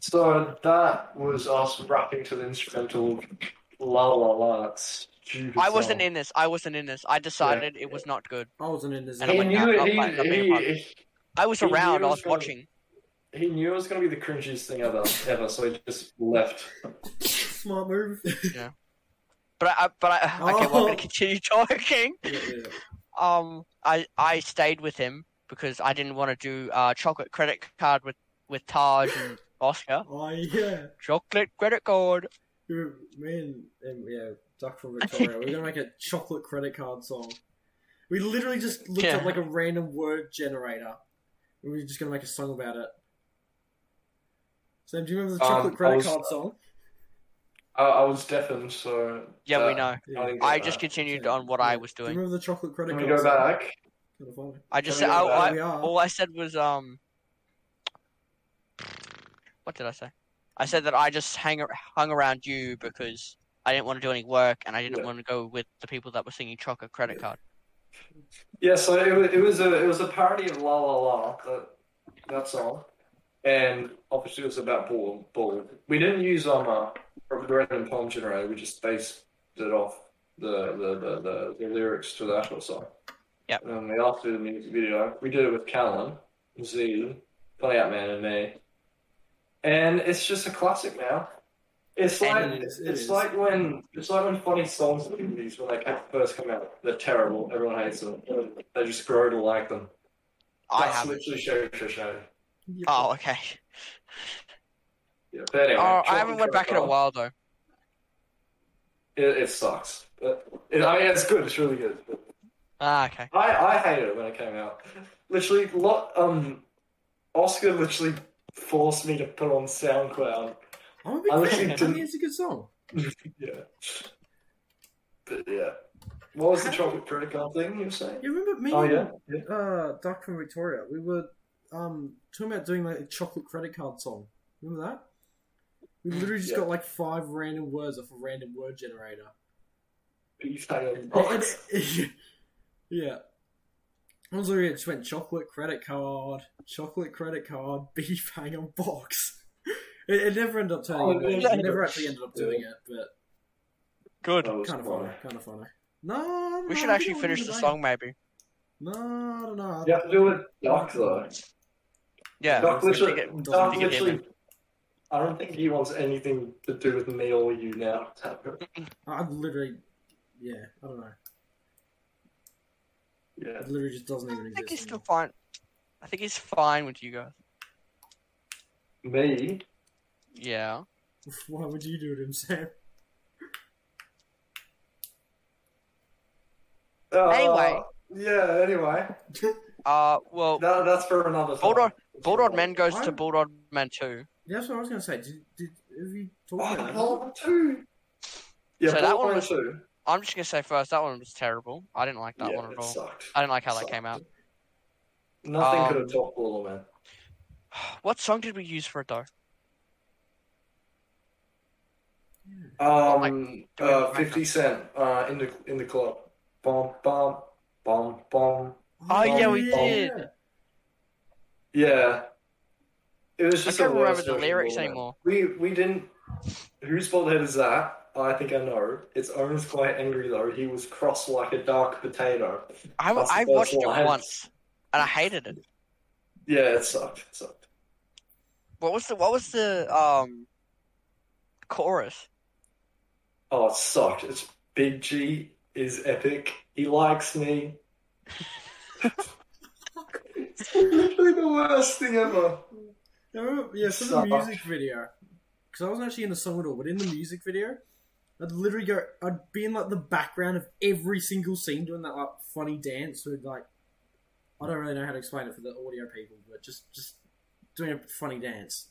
So that was us rapping to the instrumental La La La. That's stupid. I wasn't song. in this. I wasn't in this. I decided it was not good. I wasn't in this. And I'm He like, knew nah, it. I'll He, find it, I'll make it he, he, I was He knew around. I it was was gonna- watching. he knew it was going to be the cringiest thing ever, ever. So he just left. Smart move. But I, I- but I, okay, well, I'm Oh. gonna continue talking. yeah, yeah. Um, I I stayed with him because I didn't want to do uh chocolate credit card with with Taj and Oscar. Oh yeah. Chocolate credit card. We were- Me and, and yeah, Duck from Victoria. we are gonna make a chocolate credit card song. We literally just looked Yeah. up like a random word generator, and we were just gonna make a song about it. Sam, do you remember the Um, chocolate I credit was- card song? I, I was deafened, so Yeah, we uh, know. I didn't get I that. just continued Yeah. on what I Yeah. was Do you doing. remember the chocolate credit Can we card? go song? back? Kinda funny. I just Can said, we go I, back? I, we are. all I said was um. What did I say? I said that I just hang ar- hung around you because I didn't want to do any work and I didn't Yeah. want to go with the people that were singing chocolate credit card. Yeah, so it, wa- it was a it was a parody of La La La that that song, and obviously it was about ball ball. We didn't use um uh, the random poem generator. We just based it off the the, the, the, the lyrics to the actual song. Yep. And then we asked to do the music video. We did it with Callum, Z, Funny Out Man, and me. And it's just a classic now. It's And like it is, it it's is. like when it's like when funny songs and movies when they first come out, they're terrible. Everyone hates them. They just grow to like them. I That's haven't. literally show for show. Yep. Oh, okay. Yeah, but anyway, Oh, I Chocolate haven't went back in a Crocodile, while though. It, it sucks. But it, I mean, it's good. It's really good. But Ah, okay. I I hated it when it came out. Literally, lot um, Oscar literally forced me to put on SoundCloud. I'm a big I fan. literally I think didn't- it's a good song. Yeah. But yeah, what was the chocolate credit card thing you were saying? You remember me? Oh and, yeah, yeah. Uh, Duck from Victoria. We were um talking about doing like a chocolate credit card song. Remember that? We Mm, literally just yeah. got like five random words off a random word generator. You failed. Oh, yeah. I was literally just went chocolate credit card, chocolate credit card, beef hanger box. It, it never ended up turning. Oh, into it. yeah. We never actually ended up doing it, but Good. That was kind of funny. funny, kind of funny. No, We should actually finish the song, maybe. No, no, no. You have to do it dark though. Yeah. Doc doesn't literally, think it- Doc doesn't think it literally- I don't think he wants anything to do with me or you now. I literally, yeah, I don't know. Yeah. It literally just doesn't I even think he's exist. still anymore. fine. I think he's fine with you guys. Me? Yeah. Why would you do it himself? Uh, Anyway. Yeah, anyway. Uh, well, That, that's for another time. Bulldog- Bulldog Men goes to I'm- Bulldog Men 2. That's what I was gonna say. Did, did have you talked Oh, about? Paul Blart Two. Yeah, So Paul that one Blart was- Two. I'm just gonna say first that one was terrible. I didn't like that yeah, one at it all. sucked. I didn't like how that sucked. came out. Nothing Um, could have topped Paula, man. What song did we use for it though? Um, do we uh, have- Fifty Cent. Uh, in the in the club. Bomb, bomb, bomb, bomb. Oh, yeah, we did. Yeah. It was I just. can't the worst remember the version of lyrics Paula, man. anymore. We we didn't. Whose bald head is that? I think I know. It's Owen's quite angry though. He was cross like a dark potato. I, That's the I first watched it line. once and I hated it. Yeah, it sucked. It sucked. What was the what was the um chorus? Oh, it sucked. It's Big G is epic. He likes me. it's literally the worst thing ever. I remember- yeah, for the Sucked. music video, because I wasn't actually in the song at all, but in the music video, I'd literally go, I'd be in like the background of every single scene doing that like funny dance with like, I don't really know how to explain it for the audio people, but just just doing a funny dance.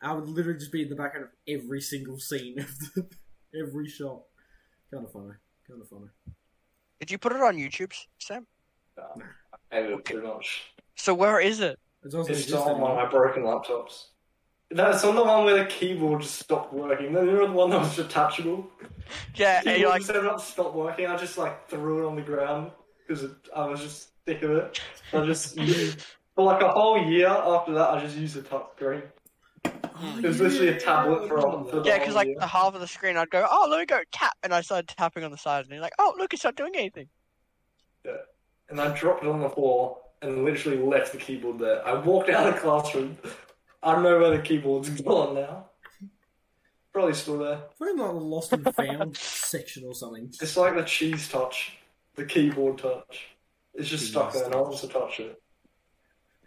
I would literally just be in the background of every single scene of the, every shot. Kind of funny, kind of funny. Did you put it on YouTube, Sam? I hated it too much. So where is it? It doesn't It's exist still on one of anymore. my broken laptops. No, it's on the one where the keyboard just stopped working. The the one that was detachable. Yeah, and you're keyboard like, just ended up stopped working. I just like threw it on the ground because I was just sick of it. I just used, for like a whole year after that, I just used a touch screen. Oh, It was literally a tablet yeah, for all- for the- yeah, because like Oh, yeah. the half of the screen, I'd go, oh, let me go tap, and I started tapping on the side, and you're like, oh, look, it's not doing anything. and I dropped it on the floor and literally left the keyboard there. I walked out of the classroom. I don't know where the keyboard's gone now. Probably still there. Put in like the lost and found section or something. It's like the cheese touch, the keyboard touch. It's just stuck Cheese there. No one wants to touch it.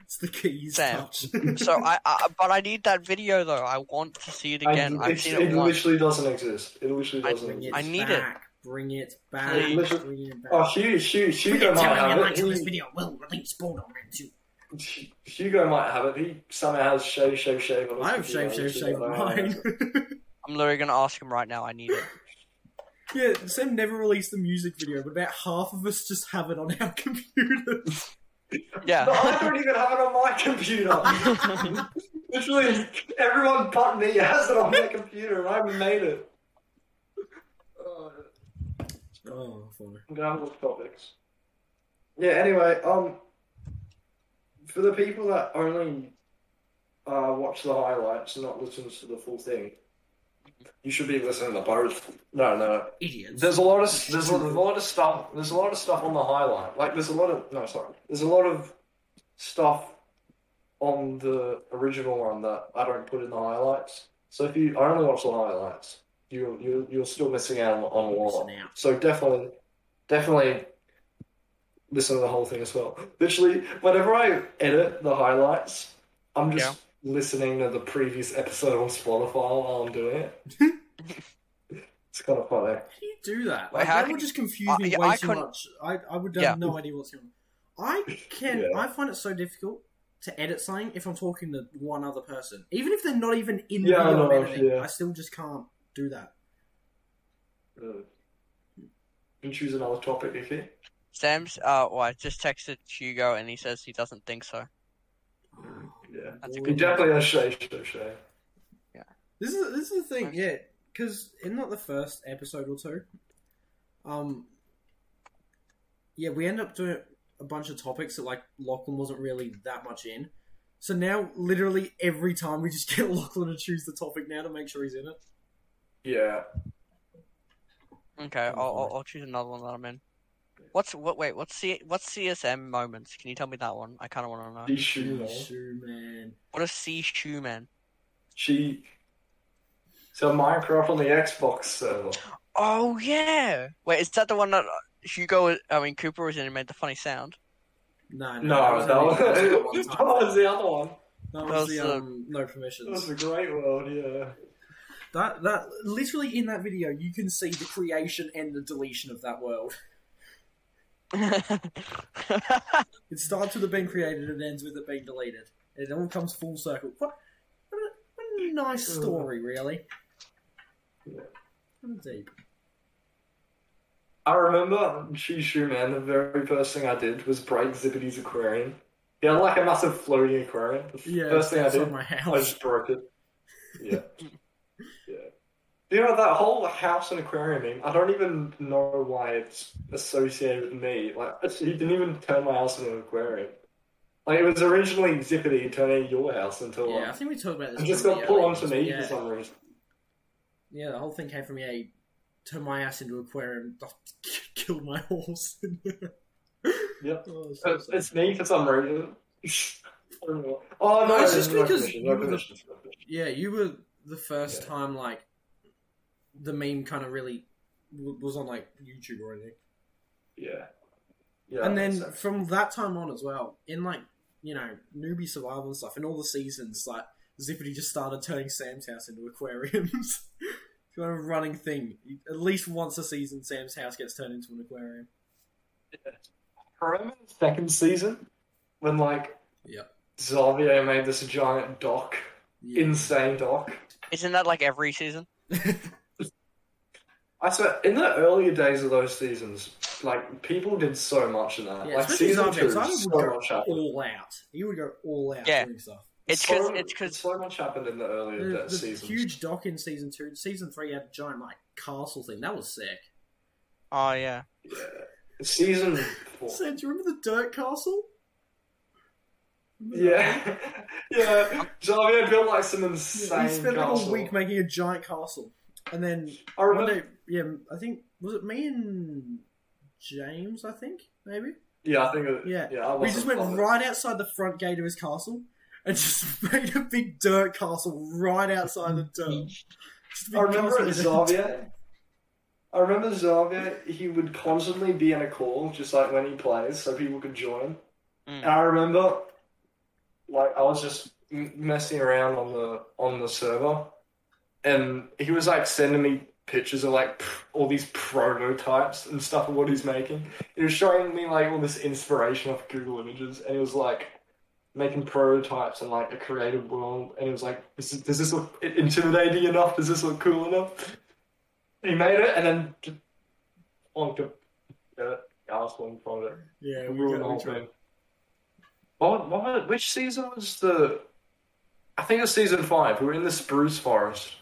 It's the keys Sam. touch. So I, I, but I need that video though. I want to see it I- again. I, have it's- seen it, it once. literally doesn't exist. It literally I- doesn't Bring exist. it I need it. back. Bring it back. Bring Please. it back. Oh, Hugh, Hugh, Hugo might have it. He- video will release Borderlands 2. Hugo might have it. He somehow has shave, shave, shave. on his I have computer. shaved, He's shaved, shaved like, "Oh, mine. I'm literally gonna ask him right now. I need it. yeah, Sam never released the music video, but about half of us just have it on our computer. No, I Yeah. don't even have it on my computer. Oh, Literally, everyone but me has it on their computer, and I made it. Oh, oh, funny. I'm gonna have a look at topics. Yeah. Anyway, um, for the people that only uh, watch the highlights and not listen to the full thing, you should be listening to both. No, no, no. Idiots. There's a lot of there's a, there's a lot of stuff. There's a lot of stuff on the highlight. Like there's a lot of no, sorry. There's a lot of stuff on the original one that I don't put in the highlights. So if you I only watch the highlights, you you you're still missing out on, on a lot. Missing out. So definitely, definitely listen to the whole thing as well. Literally, whenever I edit the highlights, I'm just listening to the previous episode on Spotify while I'm doing it. it's kind of funny. How do you do that? Wait, Like, how that can- would just confuse I- me yeah, way I too couldn't- much. I, I would have Yeah. no idea what's going on. I can. Yeah. I find it so difficult to edit something if I'm talking to one other person, even if they're not even in the Yeah, I video I'm know, editing. yeah. I still just can't do that. Uh, can choose another topic if you. Sam's. Uh, well, I just texted Hugo and he says he doesn't think so. Yeah. That's a He good. definitely has Shay Shay Shay. This is this is the thing, Nice. yeah. Because in not the first episode or two, um, yeah, we end up doing a bunch of topics that like Lachlan wasn't really that much in. So now, literally every time, we just get Lachlan to choose the topic now to make sure he's in it. Yeah. Okay, Oh, I'll, I'll I'll choose another one that I'm in. What's what? Wait, what's C, what's CSM moments? Can you tell me that one? I kind of want to know. She shoot Shoe man. What is C shoe man? She. So Minecraft on the Xbox server. Oh yeah. Wait, is that the one that uh, Hugo? was- I mean Cooper was in and made the funny sound. No, No, that was, only- that was the other one. That That was was the the- um, no That was permissions. a great world, yeah. That that literally in that video, you can see the creation and the deletion of that world. It starts with it being created and ends with it being deleted. It all comes full circle. What? What pretty nice Ugh. story, really. Yeah. I'm deep. I remember on Shoe Shoe Man, the very first thing I did was break Zippity's aquarium. He had like a massive floating aquarium. The Yeah, first thing I outside did, my I house. just broke it. Yeah. yeah. You know, that whole house and aquarium thing, I don't even know why it's associated with me. Like, it's- he didn't even turn my house into an aquarium. Like, it was originally Zippity turning your house into one. Yeah, I think we talked about this. It just when we got were put early. onto me Yeah. for some reason. E. Yeah, the whole thing came from yeah, turn my ass into aquarium, kill my horse. Yep. Oh, it's so It's, sad. it's me for some reason. I don't know. oh no, No, it's there's just no because commission, no you were the- commission, no commission. yeah, you were the first Yeah. time like the meme kind of really w- was on like YouTube or anything. Yeah. Yeah. and then so. from that time on as well, in like you know newbie survival and stuff, in all the seasons, like Zippity just started turning Sam's house into aquariums. kind of a running thing. At least once a season, Sam's house gets turned into an aquarium. remember the second season when like Yep. Xavier made this giant dock, Yeah. insane dock. Isn't that like every season? I swear, in the earlier days of those seasons, like people did so much in that. Yeah, like especially season Zombie, two, so Zombie would go much happened. all out. He would go all out Yeah. doing stuff. It's So- because it's because so much happened in the earlier The, da- the seasons. huge dock in season two, season three had a giant like castle thing. That was sick. oh yeah, Yeah. Season four. So, do you remember the dirt castle? Remember that one? Yeah, yeah. Xavier built like some insane He spent like castle. a week making a giant castle, and then I one remember. day, yeah, I think was it me and James? I think maybe Yeah, I think. It, Yeah. yeah, I we just wasn't went on it. right outside the front gate of his castle and just made a big dirt castle right outside the dirt. Just a big I remember castle at with a- Xavier. I remember Xavier. He would constantly be in a call, just like when he plays, so people could join. Mm. And I remember, like, I was just m- messing around on the on the server, and he was like sending me pictures of like pr- all these prototypes and stuff of what he's making. He was showing me like all this inspiration off Google Images, and he was like making prototypes and like a creative world. And he was like, "This is- "Does this look i- intimidating enough? Does this look cool enough?" He made it, and then just uh, honked a yeah, asshole from it. Yeah, Ruined we got- the we whole tried- thing. What, what, which season was the? I think it was season five. We were in the spruce forest.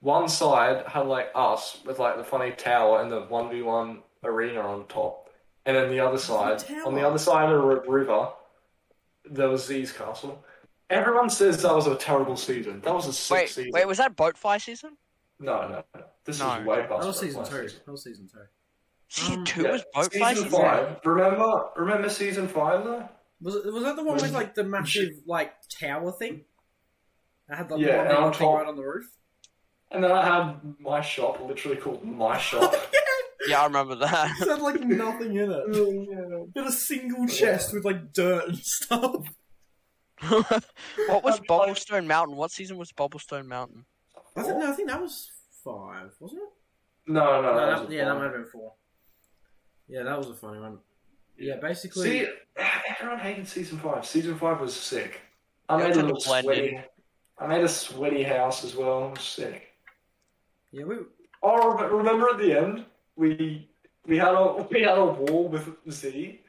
One side had like us with like the funny tower and the one v one arena on top, and then the other side, on the tower. other side of the ri- river, there was Z's castle. Everyone says that was a terrible season. That was a sick wait, season. wait, was that Boatfly season? No, no, no. This No. is way past. That was my season last two. That was season two. Season Um, two Yeah, was Boatfly Season season. five. Remember, remember season five though. Was it, was that the one with like the massive like tower thing? I had like, the Yeah, one and that on was top- right on the roof. And then I had my shop, literally called my shop. Yeah, I remember that. It had like nothing in it. Oh, It had a single chest with like dirt and stuff. what was I'm trying- Bobblestone Mountain? What season was Bobblestone Mountain? I think, no, I think that was five, wasn't it? No, no, No, that that- wasn't yeah, that fun. might have been four. Yeah, that was a funny one. Yeah, basically, See, everyone hated season five. Season five was sick. I made Yeah, it's a like a little blend sweaty. I made a sweaty house as well. It was sick. yeah, we, Oh, rem- remember at the end we we had a we had a wall with Z.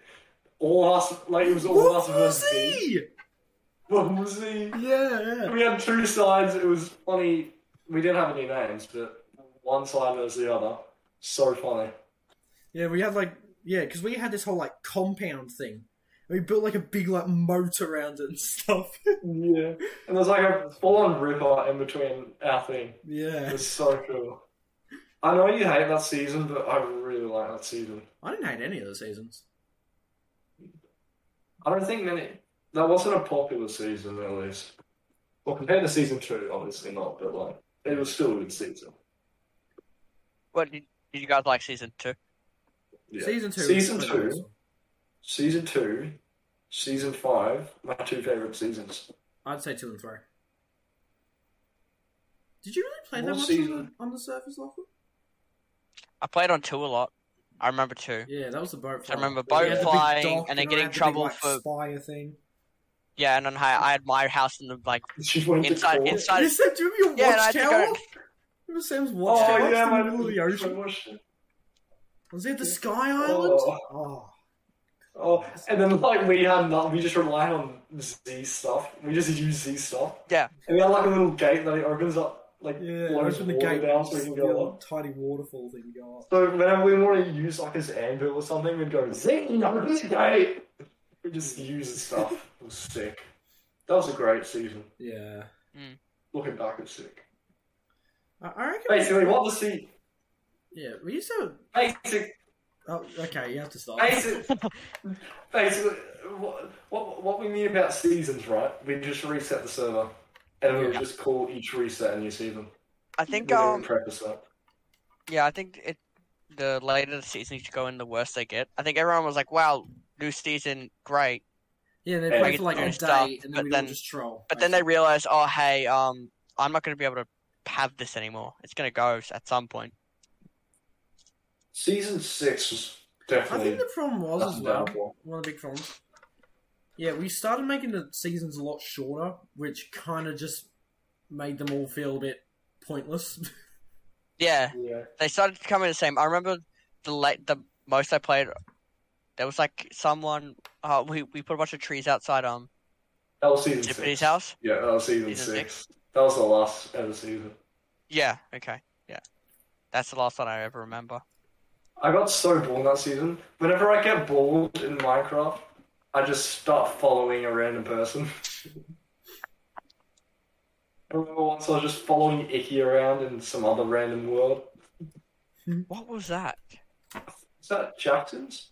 All of us like it was all of us versus Z. Woozy! What Z? Yeah, yeah. We had two sides. It was funny. We didn't have any names, but one side versus the other. So funny. Yeah, we had like yeah, because we had this whole like compound thing. We built like a big like moat around it and stuff. Yeah. And there's like a full-on river in between our thing. yeah, It's so cool. I know you hate that season, but I really like that season. I didn't hate any of the seasons. I don't think many. That wasn't a popular season, at least. Well, compared to season two, obviously not, but like it was still a good season. What did, did you guys like season two? Yeah. Season two. was Season the two. best one. Season two, season five, my two favorite seasons. I'd say two and three. Did you really play What that much on the, season? on the surface level? I played on two a lot. I remember two. Yeah, that was the boat. I remember flying. boat Yeah, the big flying dock, and then I getting had the big, trouble like, for- spire thing. Yeah, and then I, I had my house in the like She went Inside- to court. inside- I- you said do you have your Yeah, and I had to watchtower? go- Remember Sam's Oh watchtower? It's yeah, in my the middle of the ocean. ocean. Was it the Sky Island? Oh. Oh. Oh, and then like we had not, we just relied on Z stuff. We just use Z stuff. Yeah. And we had like a little gate that it opens up, like Yeah, blows open the water gate down so we can the go little up. tiny waterfall thing go up. So whenever we want to use like his anvil or something, we'd go Z opens gate. We just use the stuff. It was sick. That was a great season. Yeah. Looking back, it's sick. I, I reckon. Basically, what the sea. Yeah, we used to. Basic, Oh, okay, you have to start. Basic, basically, what, what, what we mean about seasons, right? We just reset the server, and we'll Yeah. just call each reset a new season. I We think don't um preface that. yeah I think it the later the season you go in the worse they get. I think everyone was like wow new season great, Yeah, they Yeah. play for like a Yeah. day, Stuff, and but then we then- all just troll. but then they realized oh hey um I'm not going to be able to have this anymore. It's going to go at some point. Season six was I definitely think the problem was that's as a well. downfall. One of the big problems. Yeah, we started making the seasons a lot shorter, which kind of just made them all feel a bit pointless. Yeah, Yeah, they started coming the same. I remember the late the most I played. There was like someone. Uh, we we put a bunch of trees outside um that was season Tiffany's six. house. Yeah, that was season, Season six. That was the last ever season. Yeah. Okay. Yeah. That's the last one I ever remember. I got so bored that season. Whenever I get bored in Minecraft, I just start following a random person. I remember once I was just following Icky around in some other random world. What was that? Is that Jackson's?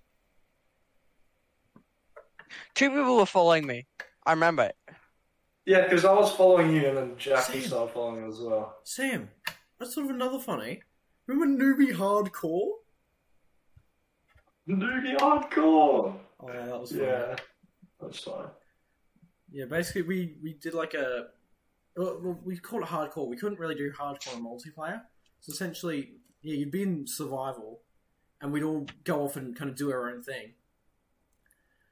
Two people were following me. I remember it. Yeah, because I was following you, and then Jackie Same. started following as well. Sam, that's sort of another funny. Remember Newbie Hardcore? Noogie hardcore. Oh, yeah, that was funny. Yeah, that's fine. Yeah, basically we we did like a well, well, we called it hardcore. We couldn't really do hardcore in multiplayer, so essentially, yeah, you'd be in survival, and we'd all go off and kind of do our own thing.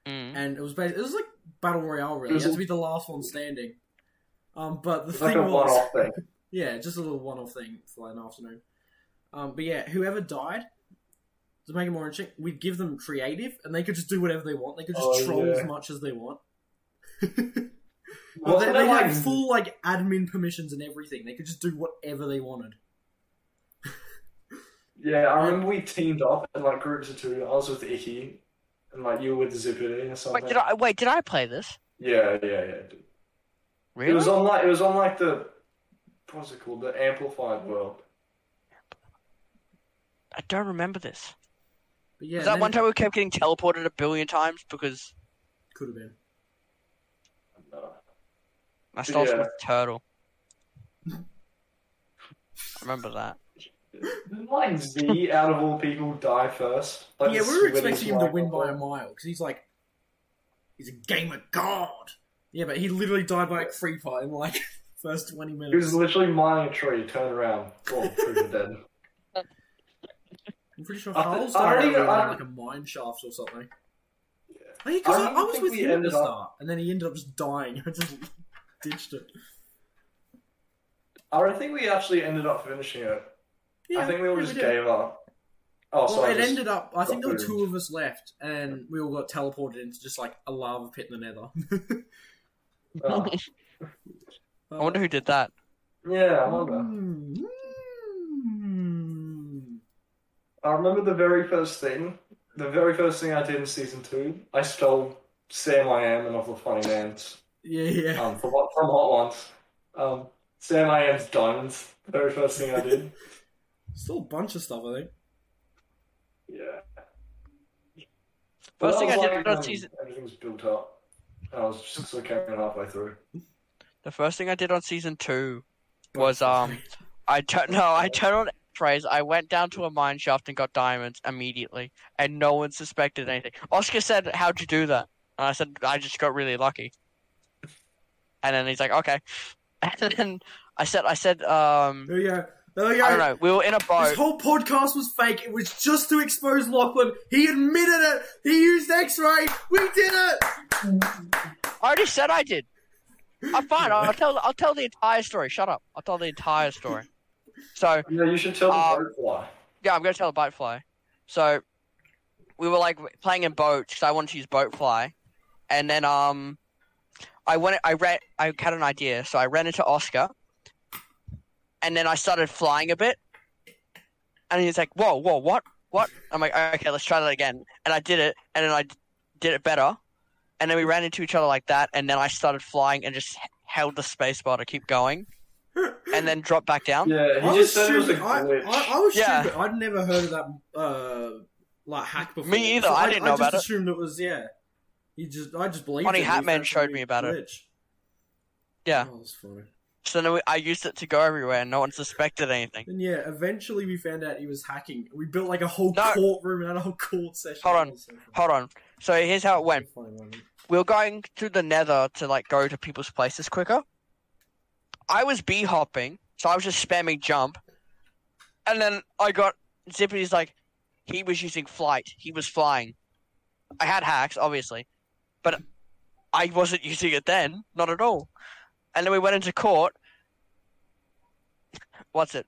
Mm. And it was basically, it was like battle royale, really. It You was had a- to be the last one standing. Um, but Mm-hmm. the It's thing like a was, one-off thing. yeah, just a little one-off thing for like an afternoon. Um, but yeah, whoever died, to make it more interesting, we'd give them creative, and they could just do whatever they want. They could just Oh, troll yeah. as much as they want. Well, they, Wasn't they it had like full like admin permissions and everything. They could just do whatever they wanted. Yeah, I remember we teamed up in like groups of two. I was with Icky, and like you were with Zippity or something. Wait, did I wait? Did I play this? Yeah, yeah, yeah. Really? It was on like it was on like the what was it called? The amplified world. I don't remember this. But yeah, was that then- one time we kept getting teleported a billion times because could have been. No. I stole Yeah. some turtle? I remember that. Didn't like Z out of all people die first? Like, yeah, the we were swimming expecting him to win by a fly. mile because he's like, he's a gamer god. Yeah, but he literally died by a creeper in like first twenty He was minutes. literally mining a tree, turned around, boom, tree dead. I'm pretty sure I th- Carl's I died don't even- in I- like a mine shaft or something. Yeah, because I I, don't I was think with we him at the ended up- start, and then he ended up just dying. I just ditched it. I don't think we actually ended up finishing it. Yeah, I think we all yeah, just did. gave up. Oh, Well, sorry. it just- ended up. I think there were got two of us left, and we all got teleported into just like a lava pit in the Nether. oh. I wonder who did that. Yeah, I Mm. remember. I remember the very first thing. The very first thing I did in season two, I stole Sam I Am and Other Funny Man's Yeah, yeah. um, from, Hot- from Hot Ones. Um, Sam I Am's Diamonds, the very first thing I did. Still a bunch of stuff, I think. Yeah. First thing I was did like, was um, season- Everything was built up. And I was just sort of came in halfway through. The first thing I did on season two Bunch Was, of stuff. um, I don't know. I turned on praise. I went down to a mine shaft and got diamonds immediately, and no one suspected anything. Oscar said, "How'd you do that?" And I said, "I just got really lucky." And then he's like, "Okay." And then I said, "I said, um, There you go. There you I don't go. know. We were in a This boat. whole podcast was fake. It was just to expose Lachlan. He admitted it. He used X-ray. We did it. I already said I did. I'm fine. I'll tell. I'll tell the entire story. Shut up. I'll tell the entire story. So Yeah, you should tell the Uh, butterfly. yeah, I'm gonna tell the boatfly. So we were like playing in boats because I wanted to use boatfly, and then um, I went. I ran. I had an idea, so I ran into Oscar, and then I started flying a bit, and he's like, "Whoa, whoa, what, what?" I'm like, "Okay, let's try that again," and I did it, and then I d- did it better, and then we ran into each other like that, and then I started flying and just h- held the spacebar to keep going, and then dropped back down. Yeah, he I was just said it was a stupid. I, glitch. I, I was Yeah. stupid. I'd never heard of that uh, like hack before. Me either. So I didn't know I just about it. assumed it was yeah. You just I just believed. Funny it. Hat It was Man showed actually me about it. glitch. Yeah. Oh, that's funny. So then we, I used it to go everywhere, and no one suspected anything. And yeah, eventually we found out he was hacking. We built like a whole No. courtroom and had a whole court session. Hold on. It was so funny. Hold on. So here's how it went. Funny moment. We were going to the Nether to like go to people's places quicker. I was bee hopping, so I was just spamming jump, and then I got Zippity's like, he was using flight. He was flying. I had hacks, obviously, but I wasn't using it then, not at all. And then we went into court. What's it?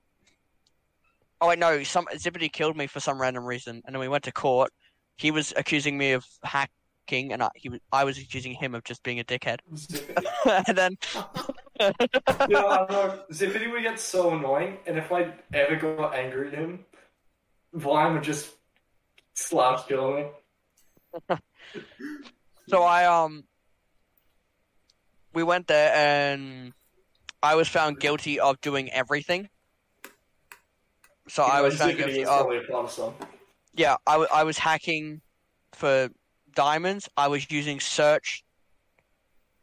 Oh wait, no. Some Zippity killed me for some random reason, and then we went to court. He was accusing me of hacking, and I, he was, I was accusing him of just being a dickhead. Zippity. and then yeah, I know. Zippity would get so annoying, and if I ever got angry at him, Vine would just slap kill me. So I um we went there and I was found guilty of doing everything. So I was found Zippity guilty was of probably a part of some. yeah, I, w- I was hacking for diamonds. I was using search.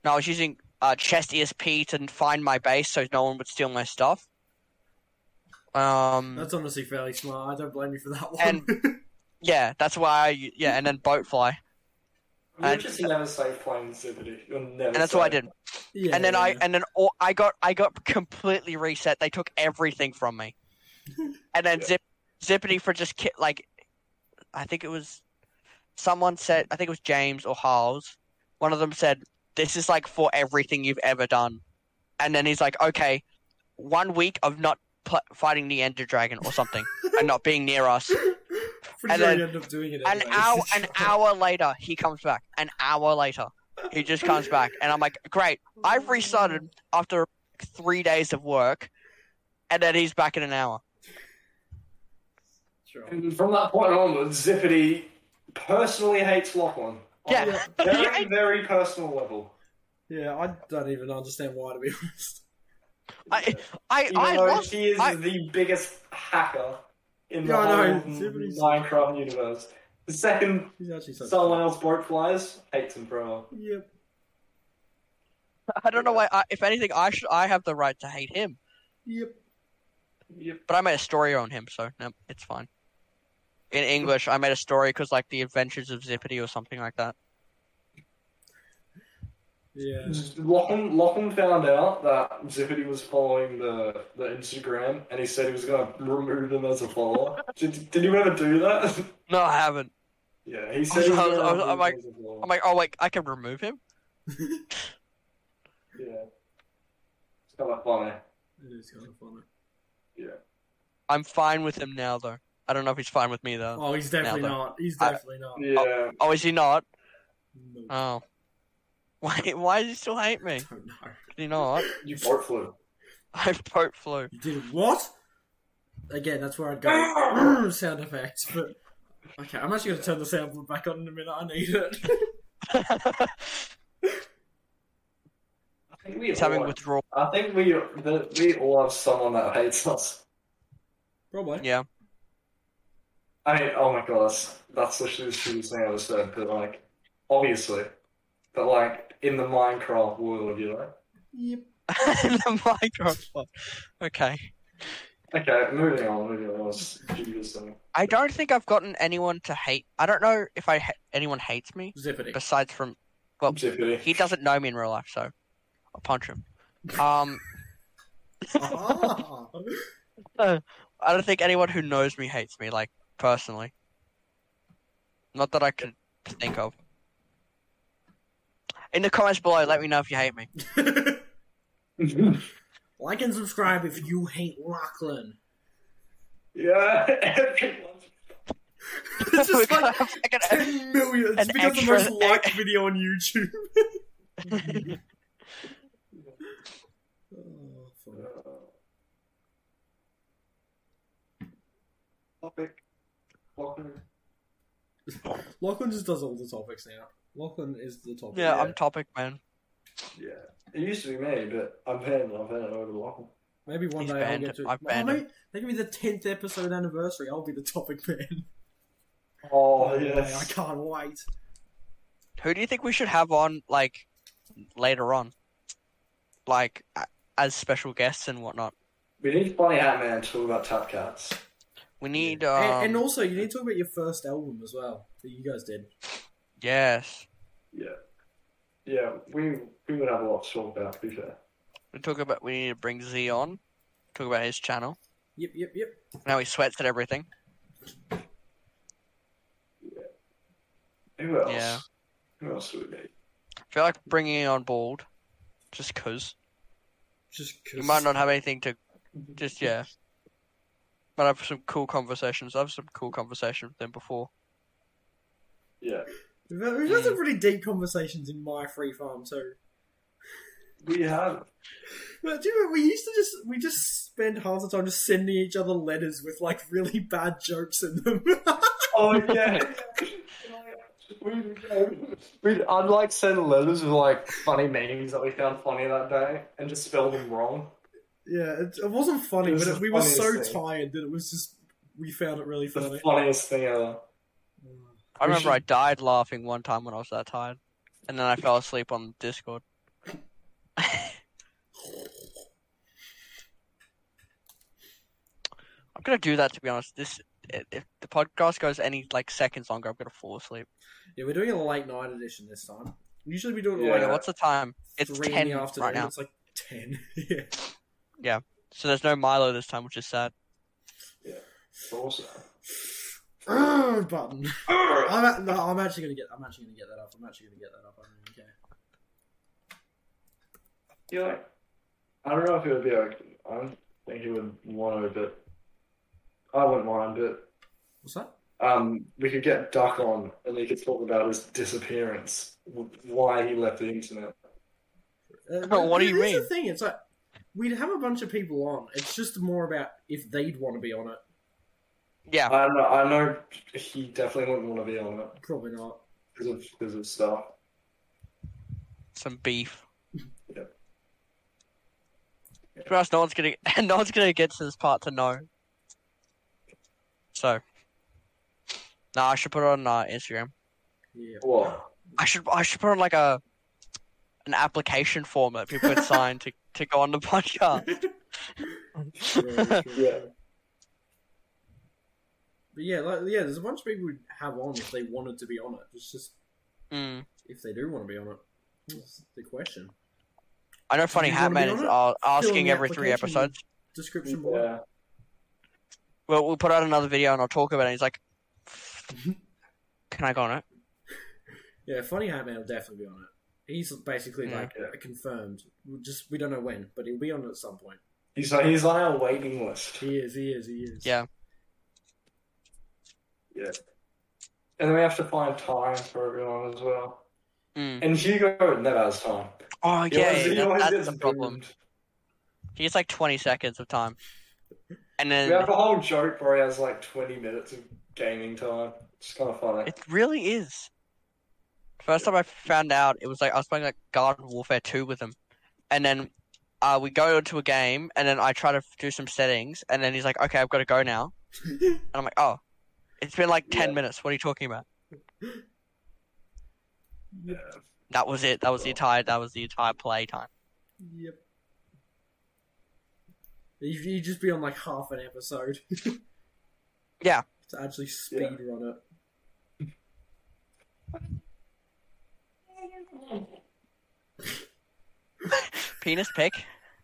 No, I was using uh, chest ESP to find my base so no one would steal my stuff. Um That's honestly fairly smart. I don't blame you for that one. And- yeah, that's why I yeah, and then boatfly. You'll I- just never say plain Zippity. You'll never. And that's say what I it. did. yeah, and then I yeah. and then all, I got I got completely reset. They took everything from me, and then Yeah. Zip, Zippity for just ki- like, I think it was someone said I think it was James or Harles. One of them said this is like for everything you've ever done, and then he's like, okay, one week of not pl- fighting the Ender Dragon or something and not being near us. Pretty and sure then- you end up doing it. An anyways. hour, an hour later, he comes back. An hour later, he just comes back, and I'm like, great. I've restarted after three days of work, and then he's back in an hour. Sure. And from that point onwards, Zippity personally hates Lachlan. On Yeah. yeah. a Very, Yeah. very personal level. Yeah, I don't even understand why, to be honest. I, I, Even I though lost. he is I- the biggest hacker in the Yeah, I know, whole Zippity's- Minecraft universe. The second He's actually so. uh, someone else broke flies, hates him, bro. Yep. I don't know why. I, if anything, I should. I have the right to hate him, Yep. Yep. but I made a story on him, so no, it's fine. In English, I made a story because like the Adventures of Zippity or something like that. Yeah. Lachlan, Lachlan found out that Zippity was following the, the Instagram and he said he was going to remove him as a follower. did, did you ever do that? No, I haven't. yeah, he said he I was- was I was- going to I'm like- as a follower. I'm like, oh wait, I can remove him. yeah. It's kind of funny. It is kind of funny. I'm fine with him now, though. I don't know if he's fine with me though. Oh, he's definitely Now, though. not. He's I- definitely not. Yeah. Oh, is he not? No, Oh. Why why does he still hate me? I Is don't know. he not? You port flew. I boat flew. You did what? Again, that's where I'd go. sound effects, but okay. I'm actually going to turn the soundboard back on in a minute. I need it. I think we He's having all- withdrawal. I think we the, we all have someone that hates us. Probably. Yeah. I mean, oh my god, that's, that's literally the stupidest thing I ever said. But like, obviously, but like in the Minecraft world, you know. Yep. the microphone. Okay. Okay, moving on. Moving on. Stupidest thing. I don't think I've gotten anyone to hate. I don't know if I ha- anyone hates me Zippity. besides from well, Zippity. he doesn't know me in real life, so I'll punch him. Um, Ah. I don't think anyone who knows me hates me, like personally. Not that I could think of. In the comments below, let me know if you hate me. like and subscribe if you hate Lachlan. yeah, everyone's It's We just gotta like have, like, an ex- 10 million. It's an become extra- the most liked video on YouTube. Oh, fuck. topic. Fucking- Lachlan just does all the topics now. Lachlan is the topic. yeah, I'm Yeah. topic man. Yeah, it used to be me, but I'm paying. I'm paying over the lock. Maybe one He's day banned. I'll get to. I've oh, banned mate, they give me the tenth episode anniversary. I'll be the topic man. Oh man, I yes. can't wait. Who do you think we should have on like later on, like a- as special guests and whatnot? We need to buy Hat Man to talk about tap cats. We need. Um, And, and also, you need to talk about your first album as well that you guys did. yes, Yeah, yeah. We we would have a lot to talk about. To be fair. we talk about. We need to bring Z on. Talk about his channel. Yep, yep, yep. Now he sweats at everything. Who else? Yeah. Who else do we need? I feel like bringing on board, just cause Just cause we might not have anything to. Just yeah. But I've some cool conversations. I've some cool conversations with him before. Yeah. We've had, we've had Mm. some pretty deep conversations in my free farm too. We have. But do you remember we used to just we just spend half the time just sending each other letters with like really bad jokes in them. Oh yeah. We'd, we'd, I'd like send letters with like funny meanings that we found funny that day and just spell them wrong. yeah, it, it wasn't funny, It was but the it, we were so funniest thing. tired that it was just we found it really The funny. Mm. funniest thing ever. We I remember should- I died laughing one time when I was that tired, and then I fell asleep on Discord. I'm gonna do that to be honest. This i- if the podcast goes any like seconds longer, I'm gonna fall asleep. Yeah, we're doing a late night edition this time. Usually we do it Yeah. Wait, like what's the time? It's three ten in the afternoon. right now, It's like ten. yeah. so there's no Milo this time, which is sad. Also. Urgh, button. I'm a- no, I'm actually gonna get. I'm actually gonna get that up. I'm actually gonna get that up. I don't even care. you know, I don't know if it would be okay. I don't think he would want to, but I wouldn't mind. But What's that? um, we could get Duck on, and he could talk about his disappearance, w- why he left the internet. Uh, Oh, what do th- you this is mean? The thing it's like we'd have a bunch of people on. It's just more about if they'd want to be on it. Yeah, I know, I know, he definitely wouldn't want to be on it Probably not. because of because of stuff. some beef. Yeah. To be honest, no one's gonna no one's gonna get to this part to know. So, nah, I should put it on uh, Instagram. Yeah. What? I should I should put on like a an application form that people could sign to, to go on the podcast. Yeah, sure, Yeah. sure. But yeah, like, yeah, there's a bunch of people we'd have on if they wanted to be on it. It's just Mm. if they do want to be on it. That's the question. I know Funny you Hat wanna Man be is on uh, it? asking the every three application. episodes. Description below. Yeah. Well, we'll put out another video and I'll talk about it. He's like, Mm-hmm. "Can I go on it?" Yeah, Funny Hat Man will definitely be on it. He's basically Yeah. like confirmed. We just we don't know when, but he'll be on at some point. He's on, he's on our waiting list. He is. He is. He is. Yeah. And then we have to find time for everyone as well. Mm. And Hugo never has time. Oh He yeah, always- he that- always that's gets the problem. boomed. He gets like twenty seconds of time, and We then have a whole joke where he has like 20 minutes of gaming time. It's kind of funny. It really is. First time I found out, it was like I was playing like Garden Warfare 2 with him. And then uh, we go into a game, and then I try to do some settings, and then he's like, okay, I've got to go now. and I'm like, oh, it's been like 10 Yeah. minutes. What are you talking about? Yeah. That was it. That was the entire, that was the entire play time. Yep. You you just be on like half an episode. Yeah. To actually speed run it. Penis pick.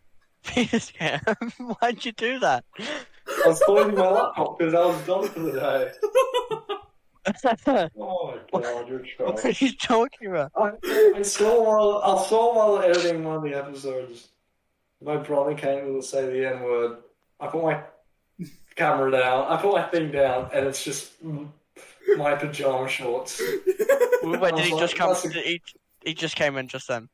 Penis cam. Why'd you do that? I was calling my laptop because I was done for the day. Oh my god, you're what trying. are you talking about? I, I saw while I saw while editing one of the episodes, my brother came to say the N word. I put my camera down. I put my thing down, and it's just mm, my pajama shorts. Wait, did he That's just like- come? that's a- He, he just came in just then.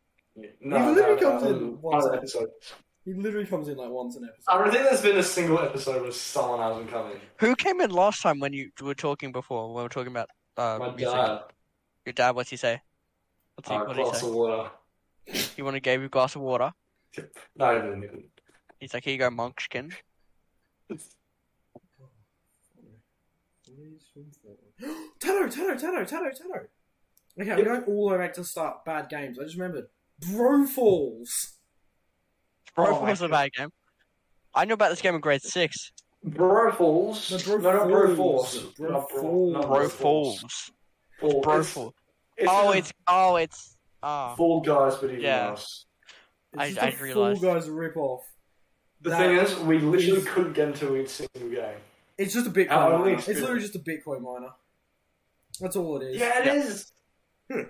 No, literally no, comes no, in in once. one episode. He literally comes in like once an episode. I don't think there's been a single episode where someone hasn't come in. Who came in last time when you were talking before? When we were talking about uh, My music? dad, Your dad. What's he say? What's he, uh, what did he glass say? of water. He wanted gave you a glass of water. No, he didn't. he didn't. He's like, here you go, monkskin. Oh. Oh, Tato, Tato, Tato, Tato, Tato. Okay, we're going all the way back to the start. Bad games. I just remembered. Bro Falls. Bro, Oh my was a bad game. I knew about this game in grade six. Bro falls. No, bro no, not bro falls. falls. Bro Not falls. not Bro falls. Fall. Bro It's- falls. it's Oh, a it's oh, it's oh. Fall Guys, but even Yeah. worse. I- It's I just a realised. Fall Guys ripoff. The That thing is, we literally is- couldn't get into a single game. It's just a Bitcoin Our only miner. It's experience. literally just a Bitcoin miner. That's all it is. Yeah, it Yeah. is. Um,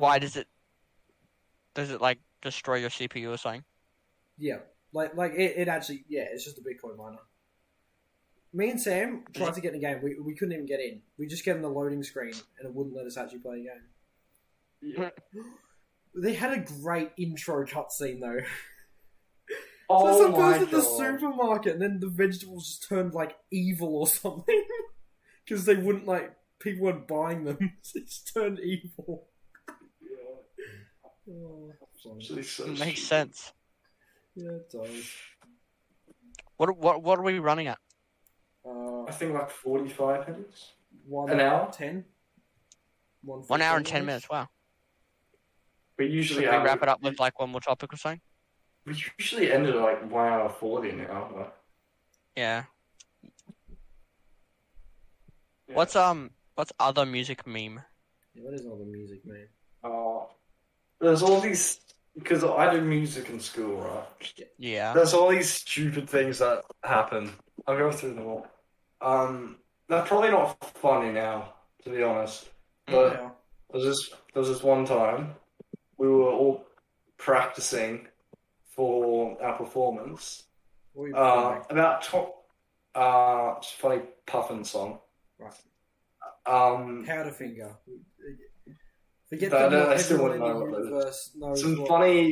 Why does it? Does it like destroy your CPU or something? Yeah. Like, like it, it actually, yeah, it's just a Bitcoin miner. Me and Sam tried to get in the game. We, we couldn't even get in. We just get on the loading screen and it wouldn't let us actually play the game. They had a great intro cutscene though. Oh so some my goes to the God. supermarket and then the vegetables just turned like evil or something. Because they wouldn't like, people weren't buying them. it just turned evil. Yeah, Oh, sorry. actually so It stupid. makes sense. yeah, it does. What what what are we running at? I Uh, think like forty-five minutes. one An hour? Ten? One, One hour and 15 ten minutes. Wow. We Should usually we have- wrap it up with like one more topic or something? We usually end at like one hour forty now. but- Yeah. Yeah. What's um what's other music meme? Yeah, what is all the music, man? Uh, there's all these because I do music in school, right? Yeah. There's all these stupid things that happen. I'll go through them all. Um, they're probably not funny now, to be honest. But Yeah. there's this there's this one time we were all practicing for our performance. What are you Uh, about to- uh, it's a funny puffin song. Right. Um, Powder finger. Forget No, that. no, not I still everyone wouldn't in know the what that is. universe knows some what- funny.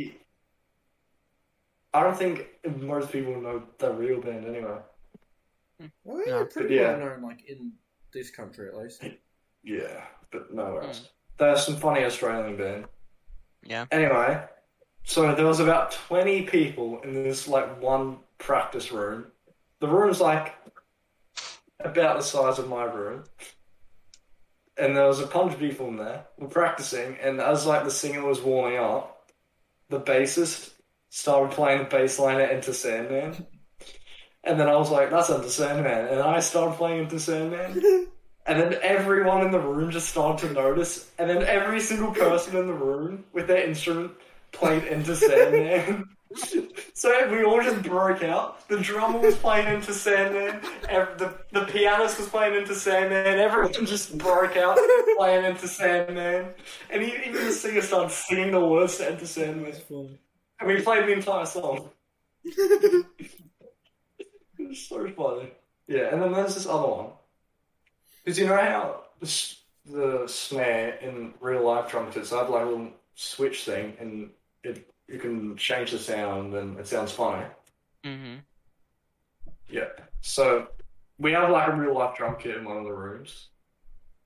I don't think most people know the real band anyway. Well, yeah, No. pretty Yeah. well known, like in this country at least. Yeah, but nowhere else. There's some funny Australian band. Yeah. Anyway, so there was about 20 people in this like one practice room. The room's like about the size of my room. And there was a bunch of people in there. We're practicing, and as like the singer was warming up, the bassist started playing the bass line at Enter Sandman. And then I was like, that's Enter Sandman. And I started playing Enter Sandman. And then everyone in the room just started to notice, and then every single person in the room with their instrument played into Sandman. so we all just broke out. The drummer was playing into Sandman, ev- the, the pianist was playing into Sandman, everyone just broke out playing into Sandman. And e- even the singer started singing the words to Enter Sandman. That's funny. And we played the entire song. It was so funny. Yeah, and then there's this other one. Because you know how the, s- the snare in real life trumpets, I have like a little switch thing and it you can change the sound and it sounds funny. Mm-hmm. Yeah. So we have like a real life drum kit in one of the rooms.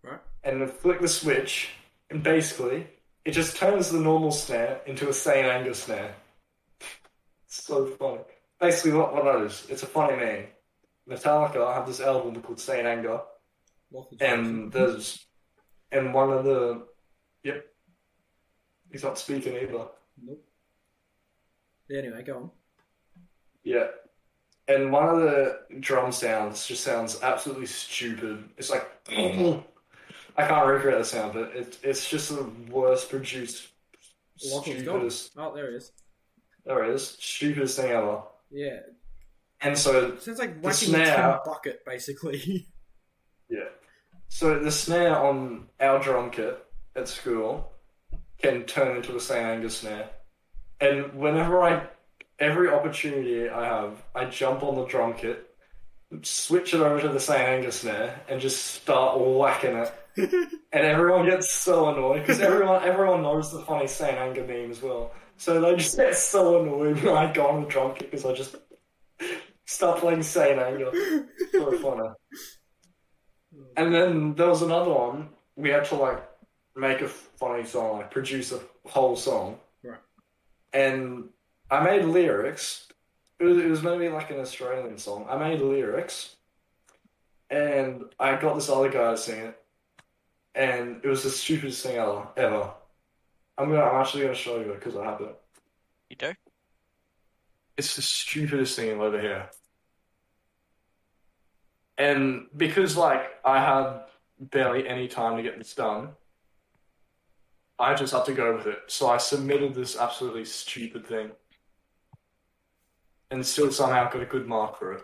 Right. And then flick the switch and basically it just turns the normal snare into a St. Anger snare. so funny. Basically what, what that is, it's a funny name. Metallica have this album called St. Anger Michael Jackson. and there's and one of the yep he's not speaking either Nope. Yeah, anyway, go on. yeah and one of the drum sounds just sounds absolutely stupid it's like i can't recreate the sound but it, it's just the worst produced Lachlan's gone. stupidest Oh, there he is. there it is stupidest thing ever Yeah. and so Sounds like The whacking a tin snare. bucket, basically. yeah So the snare on our drum kit at school can turn into a St. Angus snare. And whenever I, every opportunity I have, I jump on the drum kit, switch it over to the St. Angus snare, and just start whacking it. and everyone gets so annoyed because everyone everyone knows the funny St. Anger meme as well. So they just get so annoyed when I go on the drum kit because I just start playing St. Anger. So funny. And then there was another one. We had to like make a funny song, like produce a whole song. Right. And I made lyrics. It was, it was meant to be like an Australian song. I made lyrics, and I got this other guy to sing it, and it was the stupidest thing ever. Ever. I'm gonna. I'm actually gonna show you it because I have it. You do? It's the stupidest thing I've ever heard. And because like I had barely any time to get this done, I just had to go with it. So I submitted this absolutely stupid thing. And still somehow got a good mark for it.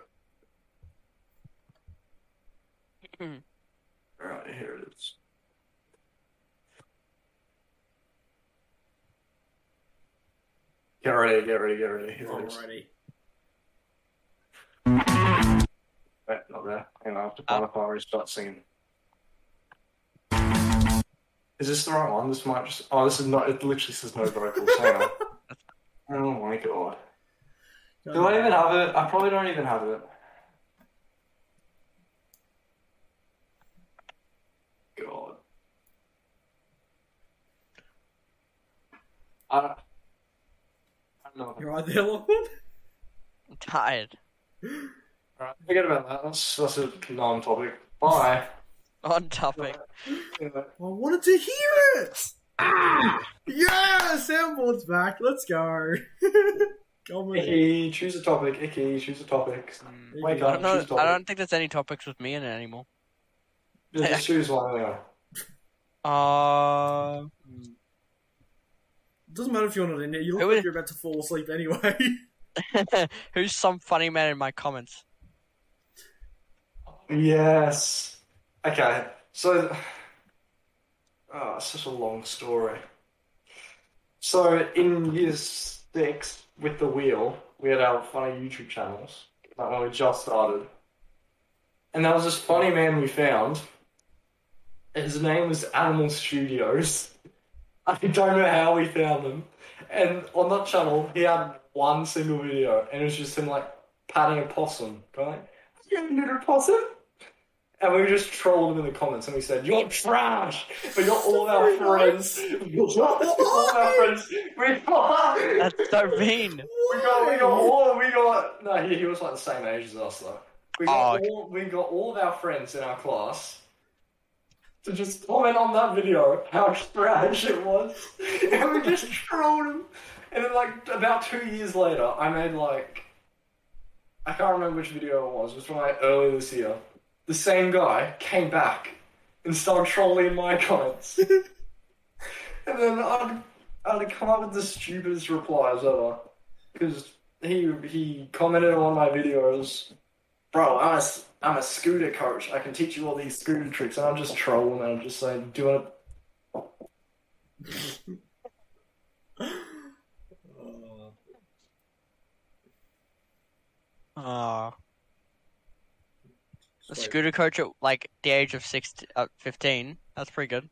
Alright, here it is. Get ready, get ready, get ready. Here it is. Alrighty. Right, not there. Hang on, I have to find up where he starts singing. Is this the right one? This might just. Oh, this is not. It literally says no vocals. Hang on. Oh my god. Do I even have it? I probably don't even have it. God. I don't, I don't know. You're right there, Lockwood. I'm tired. Alright, forget about that. That's, that's a non topic. Bye. On topic. I wanted to hear it. Yeah, soundboard's back. Let's go. Come with it. Icky, choose a topic. Icky, choose a topic. Mm. Wake I up, don't know. choose a topic. I don't think there's any topics with me in it anymore. Just just choose one. Anyway. Uh, Doesn't matter if you're not in it. You Who look like is- you're about to fall asleep anyway. who's some funny man in my comments? Yes. Okay. So, oh, it's such a long story. So, in year six, with the wheel, we had our funny YouTube channels, like when we just started. And there was this funny man we found. His name was Animal Studios. I don't know how we found him. And on that channel, he had one single video, and it was just him like patting a possum, going, "You little possum." And we just trolled him in the comments, and we said, "You're trash." We got all our friends. We got all our friends. We got. That's so mean. We got, we got all, we got. No, he, he was like the same age as us though. We got Oh. all, we got all of our friends in our class to just comment on that video how trash it was, and we just trolled him. And then, like about two years later, I made like I can't remember which video it was. It was from like earlier this year. The same guy came back and started trolling my comments, and then I'd I'd come up with the stupidest replies ever because he he commented on my videos, bro. I'm a s- I'm a scooter coach. I can teach you all these scooter tricks, and I'm just trolling. And I'm just saying, do it. Uh, Oh. a Wait, scooter coach at like the age of six, uh, fifteen. That's pretty good.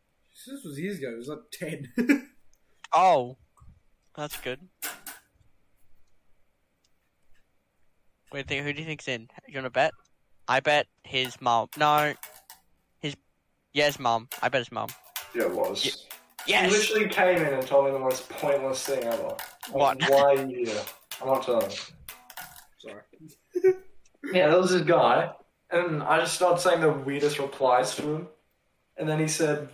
This was years ago. It was like ten. Oh, that's good. Wait, think, who do you think's in? You want to bet? I bet his mom. No, his yeah, his mom. I bet his mom. Yeah, it was. He Yes. literally came in and told me the most pointless thing ever. What? Why? Yeah, I'm not telling. you. Sorry. Yeah, there was this guy, and I just started saying the weirdest replies to him. And then he said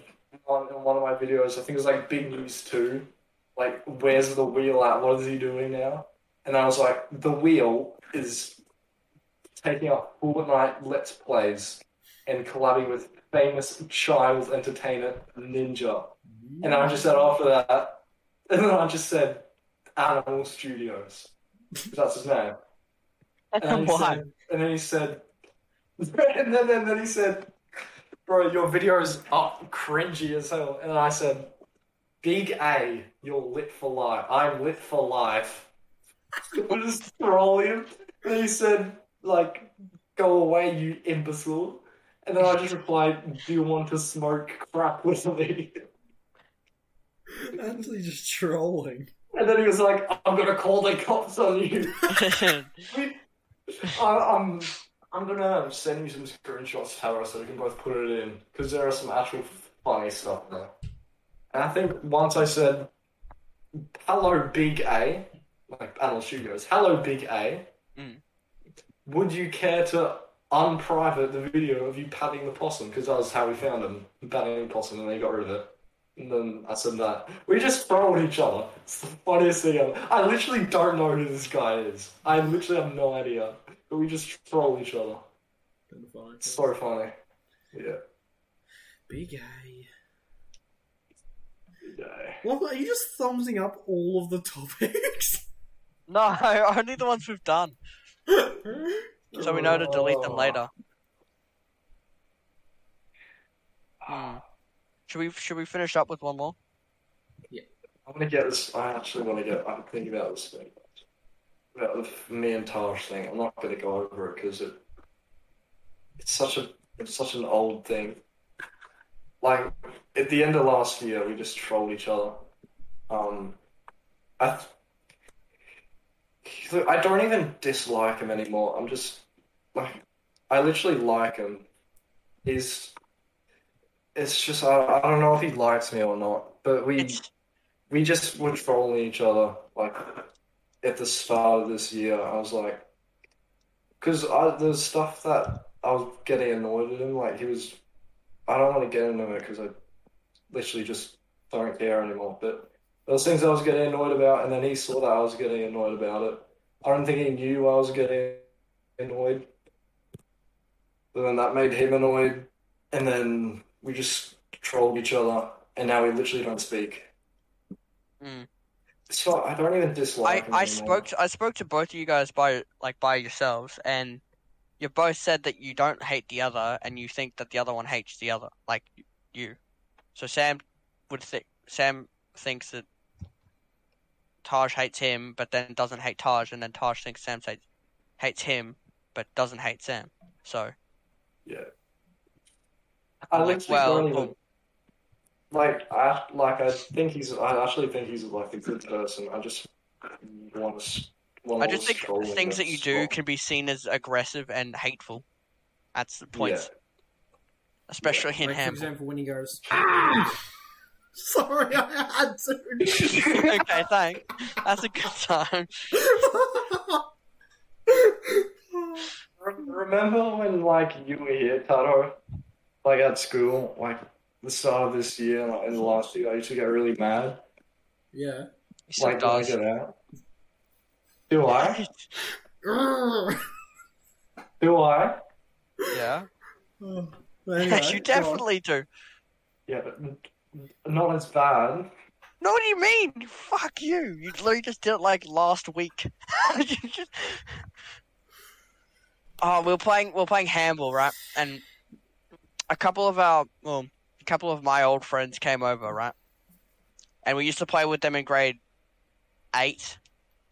on, in one of my videos, I think it was like Big News 2, like, where's the wheel at? What is he doing now? And I was like, the wheel is taking up Fortnite Let's Plays and collabing with famous child entertainer Ninja. And I just said after that, and then I just said Animal Studios. 'cause That's his name. And then he Why? said, and then he said, and then, and then he said, bro, your videos are cringy as hell. And I said, Big A, you're lit for life. I'm lit for life. I'm just trolling him. And he said, like, go away, you imbecile. And then I just replied, do you want to smoke crap with me? Anthony just trolling. And then he was like, I'm gonna call the cops on you. I, I'm, I'm gonna send you some screenshots, Tara, so we can both put it in because there are some actual funny stuff there. And I think once I said, "Hello, Big A," like Panel Shoe goes, "Hello, Big A." Mm. Would you care to unprivate the video of you patting the possum? Because that was how we found him patting the possum, and they got rid of it. And then I said that we just throw at each other. It's the funniest thing ever. I literally don't know who this guy is. I literally have no idea. But we just troll each other. Kinda funny. It's so funny. Yeah. Big A. Yeah. Well, are you just thumbsing up all of the topics? no, only the ones we've done, so we know to delete them Oh. later. Hmm. Should we should we finish up with one more? I want to get this. I actually want to get. I'm thinking about this thing. About the f- me and Tash thing. I'm not going to go over it because it. It's such a. It's such an old thing. Like at the end of last year, we just trolled each other. Um, I. th- Look, I don't even dislike him anymore. I'm just like, I literally like him. He's. It's just I, I don't know if he likes me or not, but we It's we just were trolling each other like at the start of this year. I was like, because I there's stuff that I was getting annoyed at him. Like he was, I don't want to get into it because I literally just don't care anymore. But those things I was getting annoyed about, and then he saw that I was getting annoyed about it. I don't think he knew I was getting annoyed. But then that made him annoyed, and then we just trolled each other, and now we literally don't speak. Mm. So I don't even dislike I, him I anymore. spoke to, I spoke to both of you guys by like by yourselves, and you both said that you don't hate the other, and you think that the other one hates the other, like you. So Sam would think Sam thinks that Taj hates him, but then doesn't hate Taj, and then Taj thinks Sam hates hates him, but doesn't hate Sam. So I Like, literally well, don't even, um, like I like I think he's I actually think he's like a good person. I just want to. s- want I all just this think trolling things that to you do stop. can be seen as aggressive and hateful. That's the point, Yeah. especially in Like, for him. example, when he goes, Ah! Sorry, I had okay, thanks. That's a good time. to. Re- Remember when like you were here, Taro, like at school, like the start of this year like, and the last year, I used to get really mad. "Yeah, He still like when I does. get out. Do I? Ah. Do I? yeah. Anyway, you go on. definitely do. Yeah, but n- n- not as bad. No, what do you mean? Fuck you. You literally just did it like last week. You just- Oh, we we're playing we we're playing handball, right? And a couple of our well, a couple of my old friends came over, right? And we used to play with them in grade eight,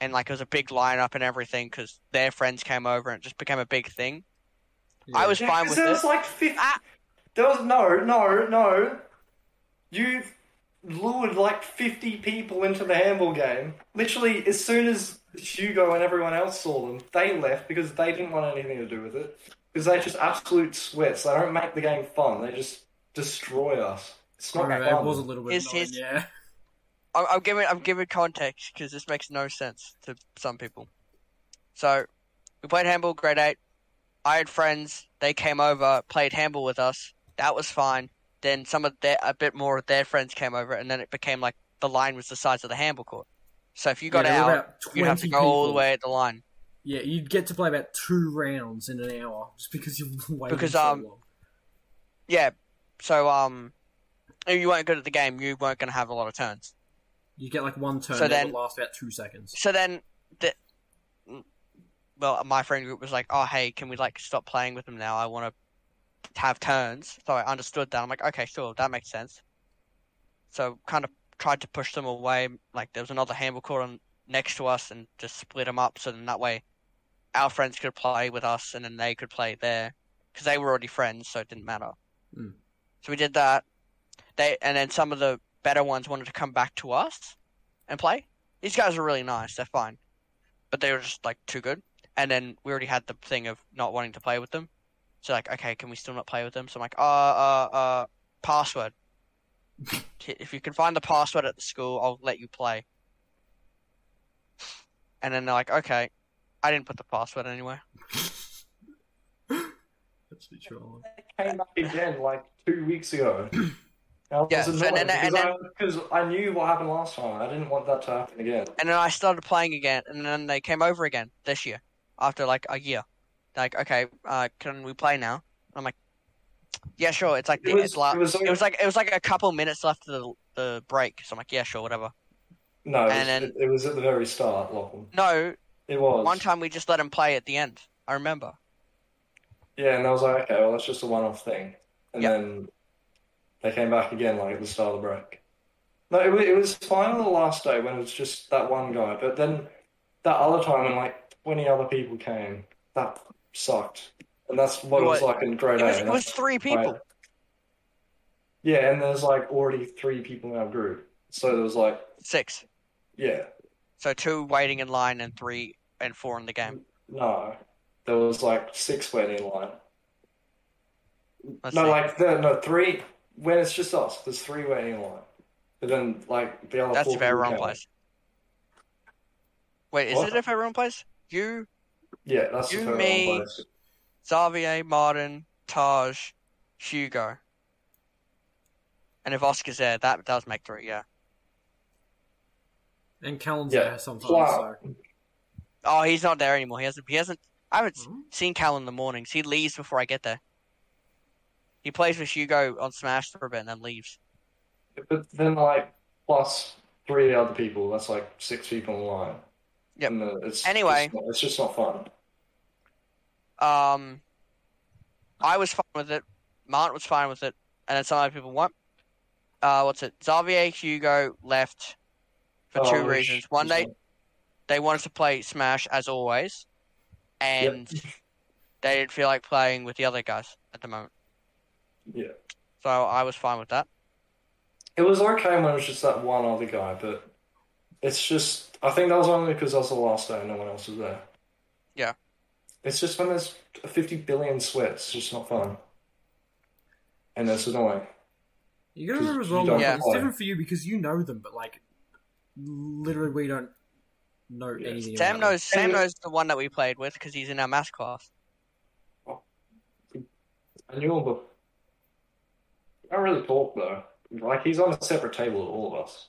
and like it was a big lineup and everything because their friends came over and it just became a big thing. I was Yeah, fine 'cause with there it. was like 50. Ah. There was no, no, no. You lured like 50 people into the handball game. Literally, as soon as Hugo and everyone else saw them, they left because they didn't want anything to do with it. Because they're just absolute sweats. They don't make the game fun, they just destroy us. It's I not don't know, it fun. was a little bit Is annoying, his- yeah." I'm, I'm giving I'm giving context because this makes no sense to some people. So, we played handball grade eight. I had friends. They came over, played handball with us. That was fine. Then some of their a bit more of their friends came over, and then it became like the line was the size of the handball court. So if you got Yeah, there were out, about you'd have to 20 go all the people. way at the line. Yeah, you'd get to play about two rounds in an hour just because you've been waiting Because, so um, long. Yeah. So um, if you weren't good at the game, you weren't going to have a lot of turns. You get like one turn so that then- would last about two seconds. So then, the, well, my friend group was like, "Oh, hey, can we like stop playing with them now? I want to have turns, so I understood that. I'm like, okay, sure, that makes sense. So kind of tried to push them away. Like there was another handball court on next to us, and just split them up. So then that way, our friends could play with us, and then they could play there because they were already friends, so it didn't matter. Hmm. So we did that. They and then some of the better ones wanted to come back to us and play. These guys are really nice. They're fine, but they were just like too good. And then we already had the thing of not wanting to play with them. So like, okay, can we still not play with them? So I'm like, uh, uh, uh, password. if you can find the password at the school, I'll let you play. And then they're like, okay, I didn't put the password anywhere. That's the troll. came back again like two weeks ago. I Yes, and was then- annoyed and then- because I, because I knew what happened last time. I didn't want that to happen again. And then I started playing again, and then they came over again this year, after like a year. They're like, okay, uh, can we play now? I'm like, yeah, sure. It's like It the, was, it's la- it was, it was like it was like a couple minutes left of the the break. So I'm like, yeah, sure, whatever. no, it was, and then- it, it was at the very start, Lachlan. No, It was one time we just let him play at the end. I remember. Yeah, and I was like, okay, well, that's just a one-off thing. And Yeah. then they came back again, like at the start of the break. No, it, wa- it was fine on the last day when it was just that one guy, but then that other time when like 20 other people came, that sucked. And that's what it was What? like in grade It was eight. it was three people. Right. Yeah, and there's like already three people in our group. So there was like, Six. yeah, So two waiting in line and three and four in the game. no. There was like six waiting in line. Let's No, see. like the, no three. When it's just us, there's three waiting in line. But then like the other. That's four if everyone people came. plays. Wait, is What? it if everyone plays? You, Yeah, that's You, if everyone me. plays. Xavier, Martin, Taj, Hugo. And if Oscar's there, that does make three, yeah. And Callan's Yeah. there sometimes. Wow. So. Oh, he's not there anymore. He hasn't he hasn't I haven't s- Hmm? seen Cal in the mornings. He leaves before I get there. He plays with Hugo on Smash for a bit and then leaves. But then like plus three other people. That's like six people in line. Yep. And, uh, it's, Anyway. it's, not- it's just not fun. Um, I was fine with it. Mart was fine with it, and then some other people weren't. Uh, what's it? Xavier Hugo left for two two reasons. One, they they wanted to play Smash as always, and they didn't feel like playing with the other guys at the moment. Yeah. So I was fine with that. It was okay when it was just that one other guy, but it's just I think that was only because that was the last day and no one else was there. Yeah. It's just when there's fifty billion sweats, it's just not fun. And that's annoying. You gotta remember as You well, don't like, have it's to. different for you because you know them, but like, literally, we don't know Yeah. anything. Sam about knows. Sam And- knows the one that we played with because he's in our math class. I knew him, but I don't really talk though. Like he's on a separate table with all of us.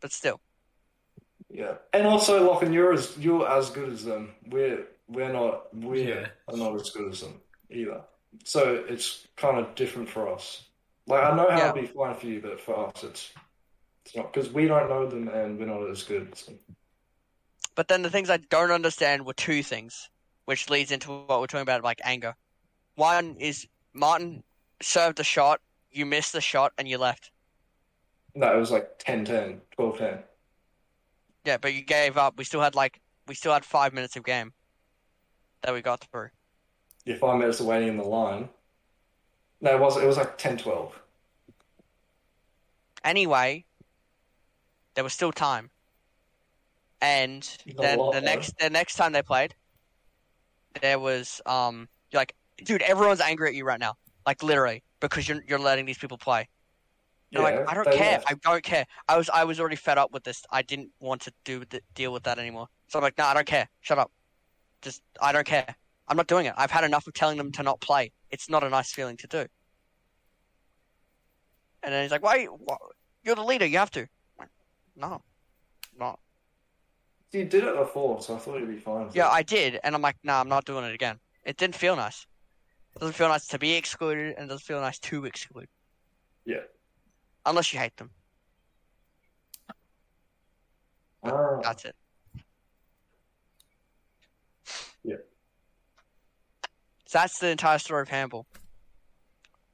But still, Yeah. And also Lachlan, you're as you're as good as them. We're we're not we Yeah. are not as good as them either. So it's kind of different for us. Like I know how it'd be fine for you, but for us it's it's not because we don't know them and we're not as good. as them. But then the things I don't understand were two things, which leads into what we're talking about, like anger. One is Martin served a shot, you missed the shot, and you left. No, it was like 10-10, 12-10. Yeah, but you gave up. We still had like we still had five minutes of game that we got through. You're five minutes away waiting in the line. No, it was it was like 10-12. Anyway, there was still time, and Not a then lot, the though. next the next time they played, there was um you're like, dude, everyone's angry at you right now, like literally because you're you're letting these people play. Yeah, And I'm like, I don't they care. left. I don't care. I was I was already fed up with this. I didn't want to do th- deal with that anymore. So I'm like, no, I don't care. Shut up. Just I don't care. I'm not doing it. I've had enough of telling them to not play. It's not a nice feeling to do. And then he's like, why? why you're the leader. You have to. I'm like, no, not. You did it before, so I thought you'd be fine. Yeah, I did, and I'm like, no, I'm not doing it again. It didn't feel nice. It doesn't feel nice to be excluded, and it doesn't feel nice to exclude. Yeah. Unless you hate them. Ah. That's it. Yeah. So that's the entire story of handball.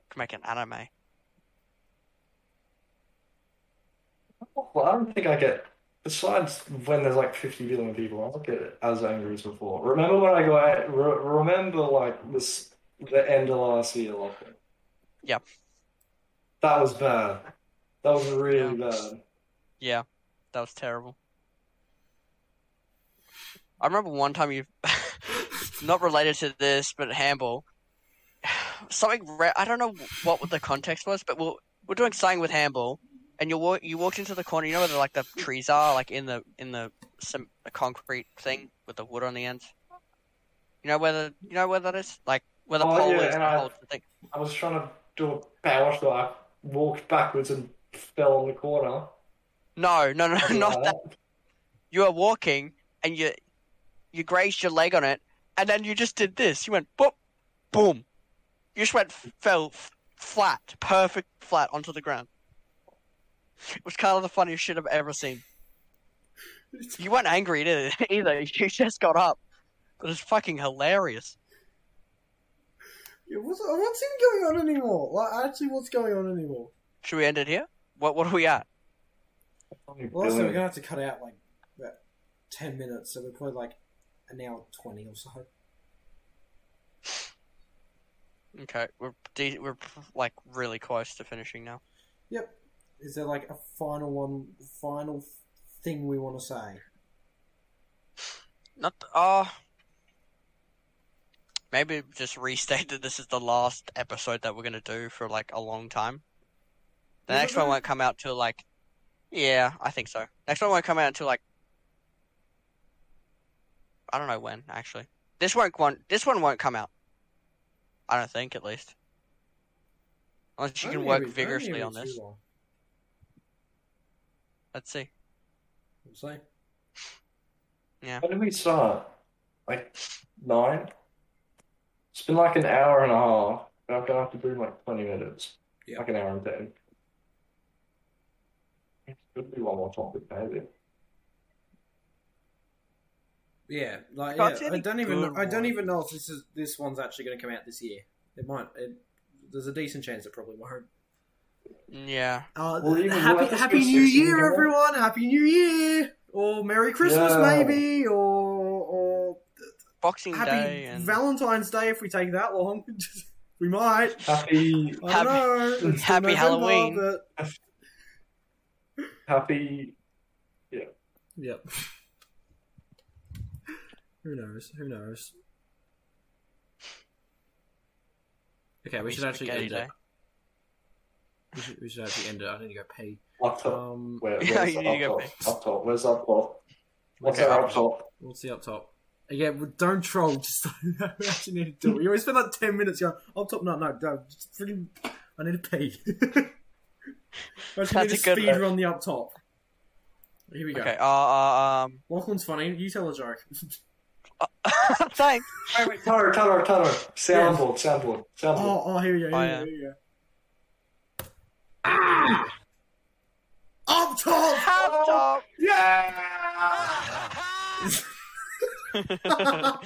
could make an anime. Well, I don't think I get. Besides when there's like 50 billion people, I don't get as angry as before. Remember when I got. Re- remember like this, the end of last year lockdown? Yep. That was bad. That was really Yeah. bad. Yeah, that was terrible. I remember one time you, not related to this, but handball, something. Ra- I don't know what the context was, but we're we're doing something with handball, and you walk you walked into the corner. You know where the, like the trees are, like in the in the some the concrete thing with the wood on the ends. You know where the you know where that is, like where the Oh, pole yeah, is and that I- holds the thing. I was trying to do a power shot. I walked backwards and fell on the corner. No, no, no, Something not like that. you were walking and you you grazed your leg on it, and then you just did this. You went boop, boom. You just went f- fell f- flat, perfect flat onto the ground. It was kind of the funniest shit I've ever seen. You weren't angry did it, either. You just got up. It was fucking hilarious. Yeah, What's, what's even going on anymore? Like, actually, what's going on anymore? Should we end it here? What What are we at? Well, also, we're Billion. going to have to cut out, like, about 10 minutes, so we're probably, like, an hour 20 or so. Okay, we're de- we're like really close to finishing now. Yep. Is there, like, a final one, final thing we want to say? Not th- uh maybe just restate that this is the last episode that we're gonna do for like a long time. The Is it next one though? won't come out till like Yeah, I think so. Next one won't come out until like I don't know when, actually. This won't one this one won't come out. I don't think at least. Unless you I can don't work think it'll be- I don't think vigorously it'll on be too this. long, Let's see. I'd say. When did we start? Like nine? It's been like an hour and a half. and I'm gonna have to do like twenty minutes. Yeah. Like an hour and ten. Could be one more topic, maybe. Yeah, like Can't see yeah, I any don't even good I don't ones. even know if this is this one's actually going to come out this year. It might. It, there's a decent chance it probably won't. Yeah. Uh, Well, even happy worse, Happy it's New just- Year, everyone! Happy New Year, or Merry Christmas, Yeah. maybe, or or Boxing Day Happy and Valentine's Day if we take that long. we might. Happy I don't know. It's still Happy November, Halloween. But... happy Yep. Who knows? Who knows? Okay, we should actually Spaghetti end Day. it. We should, we should actually end it. I need to go pee. laptop. Um, Where, Yeah, where's the you need to go laptop? fix. Laptop, where's the laptop? What's Okay. our laptop? what's the up top? Yeah, well, don't troll. Just we actually need to do it. You always spend like ten minutes going, "Oh, top, no, no, no, just freaking, I need to pee." I actually need That's to a good speed one. run the up top. Here we go. Okay, uh, uh um Lachlan's funny. You tell a joke. thanks. Wait, wait, Tanner, Tanner, Tanner. Soundboard, soundboard, soundboard. oh, oh, here we go. Here, Oh, we yeah. go, here we go. Up top. Top, Yeah! top. oh,